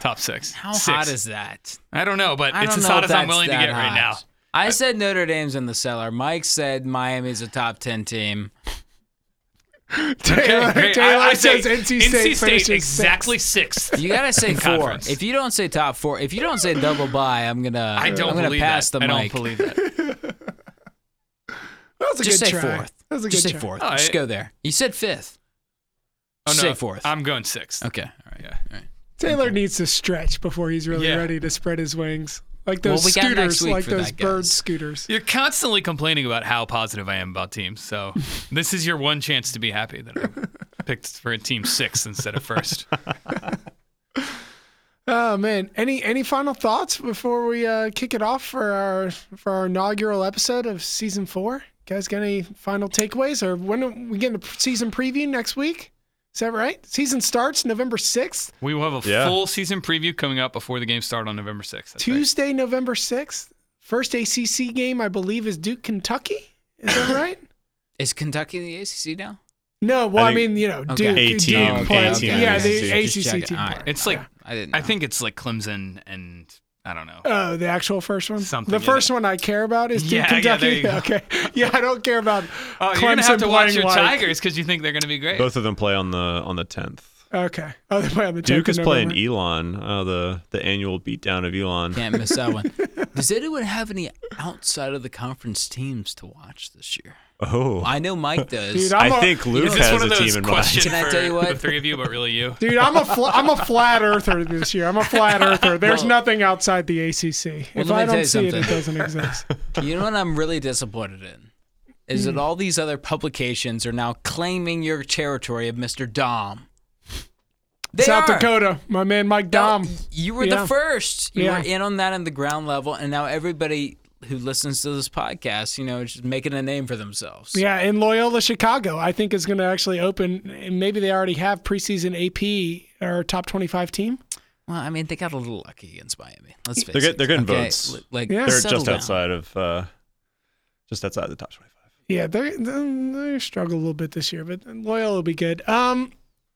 S2: top six.
S3: How
S2: Six.
S3: hot is that?
S2: I don't know, but
S3: I
S2: it's
S3: don't
S2: as
S3: know
S2: hot
S3: if
S2: as I'm
S3: that's
S2: willing to
S3: that
S2: get right now.
S3: hot. I said Notre Dame's in the cellar. Mike said Miami's a top 10 team.
S1: <laughs> Taylor,
S2: great.
S1: Taylor
S2: I- I say
S1: says NC State, finishes
S2: exactly sixth.
S3: You got to say
S2: In
S3: four.
S2: conference.
S3: If you don't say top four, if you don't say double bye, I'm going to
S2: I don't
S3: I'm gonna
S2: believe
S3: pass
S2: that.
S3: the
S2: I
S3: mic.
S2: don't believe that.
S1: That was a
S3: Just
S1: good
S3: say
S1: try.
S3: fourth.
S1: That was a
S3: Just
S1: good
S3: say
S1: try.
S3: fourth.
S2: All right.
S3: Just go there. You said fifth.
S2: Oh,
S3: Just
S2: no,
S3: say fourth.
S2: I'm going sixth.
S3: okay. All right.
S2: Yeah.
S3: All right.
S1: Taylor needs to stretch before he's really
S2: Yeah.
S1: ready to spread his wings. Like
S3: Well,
S1: those
S3: we got next
S1: scooters,
S3: week
S1: like
S3: for
S1: those
S3: that,
S1: bird
S3: guys.
S1: scooters.
S2: <laughs> You're constantly complaining about how positive I am about
S1: <laughs>
S2: teams, so this is your one chance to be happy that I picked for a team sixth instead of first.
S1: Oh man. Any any final thoughts before we uh, kick it off for our for our inaugural episode of season four? guys got any final takeaways or when are we getting a season preview next week? Is that right? Season starts November sixth,
S2: We will have a
S4: Yeah.
S2: full season preview coming up before the game start on November sixth. that's right.
S1: Tuesday, November sixth. First ACC game I believe is Duke Kentucky. Is that right?
S3: Is Kentucky in the ACC now?
S1: No, well, I,
S4: think-
S1: mean, you know,
S3: Okay.
S1: Duke,
S4: A
S1: Duke
S4: team,
S3: Oh,
S4: A
S1: plays.
S4: team,
S1: yeah,
S4: ACC.
S1: the
S3: Just checking.
S1: ACC team.
S3: All right.
S1: plays.
S2: It's like
S3: I didn't.
S2: I
S3: know.
S2: think it's like Clemson and I don't know.
S1: Oh, the actual first one.
S2: Something
S1: The
S2: in
S1: first one I care about is Duke
S2: Yeah, yeah, there
S1: Kentucky.
S2: you go.
S1: <laughs> Okay. Yeah, I don't care about.
S2: Oh,
S1: Clemson
S2: you're gonna have to watch
S1: playing
S2: your
S1: like-
S2: Tigers because you think they're gonna be great.
S4: Both of them play on the on the tenth.
S1: Okay. Oh, they play on the
S4: Duke
S1: 10th
S4: is
S1: of
S4: playing
S1: November.
S4: Elon, uh, the the annual beatdown of Elon.
S3: Can't miss
S2: <laughs>
S3: that one. Does anyone have any outside of the conference teams to watch this year?
S4: Oh, I,
S3: I know Mike
S1: <laughs>
S3: does.
S1: Dude, I'm a,
S4: think Luke
S2: is this
S4: has
S2: one
S4: a
S2: of those
S4: team in
S2: questions
S3: Can
S4: mind.
S3: I
S2: for
S3: tell you what?
S2: the three of you, but really
S3: <laughs>
S2: you?
S1: dude, I'm a fl- I'm a flat earther this year. I'm a
S2: <laughs>
S1: flat earther. There's nothing outside the ACC.
S3: Well,
S1: if
S3: let me
S1: I
S3: tell
S1: don't
S3: you
S1: see it, it
S2: <laughs>
S3: something.
S1: doesn't exist.
S3: You know what I'm really disappointed in? Is
S1: Hmm.
S3: that all these other publications are now claiming your territory of Mr. Dom. They
S1: South
S3: are.
S1: Dakota, my man Mike
S3: No,
S1: Dom.
S3: You were
S1: Yeah.
S3: the first. You
S1: Yeah.
S3: were in on that on the ground level, and now everybody who listens to this podcast, you know, is just making a name for themselves.
S1: Yeah, and Loyola Chicago, I think is going to actually open. And maybe they already have preseason AP or top 25 team.
S3: Well, I mean, they got a little lucky against Miami. Let's face
S4: They're get-
S3: it.
S4: they're getting votes.
S3: l- Like
S1: Yeah.
S4: They're
S3: settle
S4: just
S3: down.
S4: outside of uh, just outside the top twenty-five.
S1: Yeah, they they struggle a little bit this year, but Loyola will be good. Um,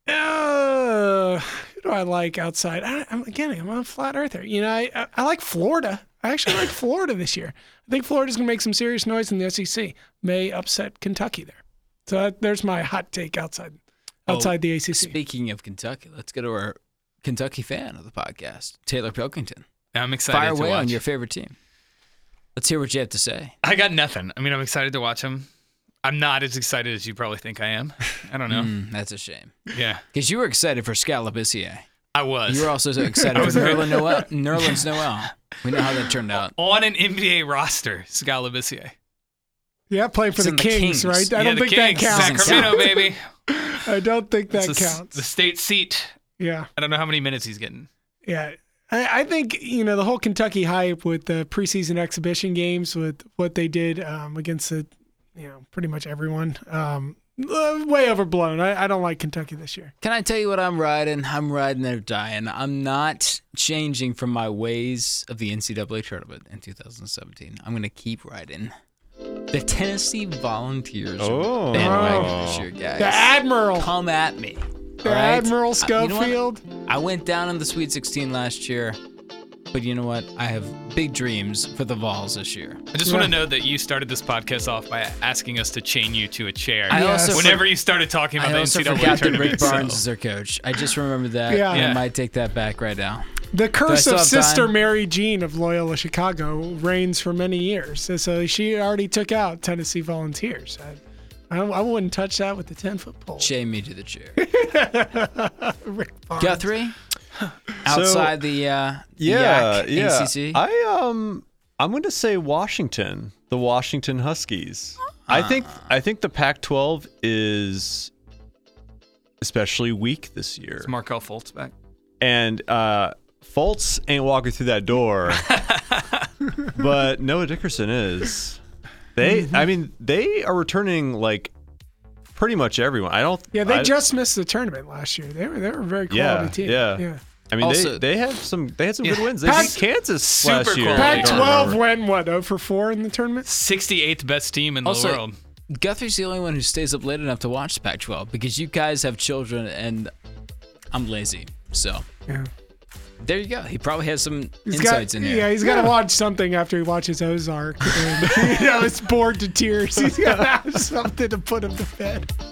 S1: uh, who do I like outside? I, I'm again, I'm a flat earther. You know, I I, I like Florida. I actually like Florida this year. I think Florida's gonna make some serious noise in the SEC. May upset Kentucky there. So that, there's my hot take outside
S3: Oh,
S1: outside the ACC.
S3: Speaking of Kentucky, let's go to our Kentucky fan of the podcast, Taylor Pilkington.
S2: I'm excited
S3: Fire
S2: to
S3: away
S2: watch.
S3: on your favorite team. Let's hear what you have to say.
S2: I got nothing. I mean, I'm excited to watch them. I'm not as excited as you probably think I am. I don't know.
S3: Mm, that's a shame.
S2: Yeah,
S3: Because you were excited for Scott Labissiere.
S2: I was.
S3: You were also
S2: <laughs>
S3: so excited for
S2: very-
S3: Nerlens
S2: <laughs>
S3: Noel. Nerlens Noel. We know how that turned out.
S2: on an NBA roster, Scott Labissiere.
S1: yeah, playing for
S3: It's
S1: the
S3: in the
S1: Kings,
S3: Kings.
S1: right? I
S2: yeah,
S1: don't
S2: the
S1: think
S2: Kings,
S1: that counts. <laughs>
S2: Sacramento, baby.
S1: I don't think that
S2: It's the s-
S1: counts.
S2: The state seat.
S1: yeah.
S2: I don't know how many minutes he's getting.
S1: Yeah. I, I think, you know, the whole Kentucky hype with the preseason exhibition games, with what they did um, against the, you know, pretty much everyone, um, uh, way overblown. I, I don't like Kentucky this year.
S3: Can I tell you what I'm riding? I'm riding or dying. I'm not changing from my ways of the NCAA tournament in 2017. I'm going to keep riding. The Tennessee Volunteers are
S4: Oh.
S3: the bandwagon
S4: Oh.
S3: this year, guys.
S1: The Admiral,
S3: Come at me.
S1: the
S3: all right?
S1: Admiral
S3: I- you know what?
S1: Schofield.
S3: I went down in the Sweet 16 last year, but you know what? I have big dreams for the Vols this year.
S2: I just want to know that you started this podcast off by asking us to chain you to a chair.
S3: I
S1: Yes. also-
S2: Whenever you started talking about
S3: I
S2: the
S3: also
S2: NCAA
S3: forgot that
S2: tournament,
S3: Rick Barnes
S2: so-
S3: is their coach. I just remembered that.
S1: Yeah.
S3: and
S2: Yeah.
S3: I might take that back right now.
S1: The curse
S3: still
S1: of
S3: have
S1: Sister
S3: time?
S1: Mary Jean of Loyola Chicago reigns for many years. So- So she already took out Tennessee Volunteers. I, I, don't- I wouldn't touch that with a 10 foot pole.
S3: Chain me to the
S1: <laughs>
S3: chair.
S1: Rick Barnes.
S3: Guthrie, outside the uh,
S4: Yeah,
S3: Yak
S4: yeah.
S3: ACC.
S4: I um, I'm going to say Washington, the Washington Huskies. I think I think the Pac-12 is especially weak this year,
S2: Is Markel Fultz back.
S4: and uh, Fultz ain't walking through that door, but Noah Dickerson is. They, I mean, they are returning like pretty much everyone. I don't.
S1: Yeah, they
S4: I-
S1: just missed the tournament last year. They were they were a very
S4: Yeah,
S1: quality team.
S4: yeah. I mean,
S3: Also-
S4: they they have some they had some good
S2: Yeah.
S4: wins. They
S1: Pac-
S4: beat Kansas
S2: Super
S4: last year.
S2: quality.
S4: I don't
S1: Pac-12
S4: remember.
S1: went what 0 for 4 in the tournament.
S2: 68th best team in
S3: Also-
S2: the world.
S3: Guthrie's the only one who stays up late enough to watch the Pac-12 because you guys have children and I'm lazy. So
S1: Yeah.
S3: there you go. He probably has some
S1: He's
S3: insights
S1: got,
S3: in here.
S1: Yeah, he's got to watch something after he watches <laughs> Ozark. And, you know, it's bored to tears. He's got to have something to put him to bed.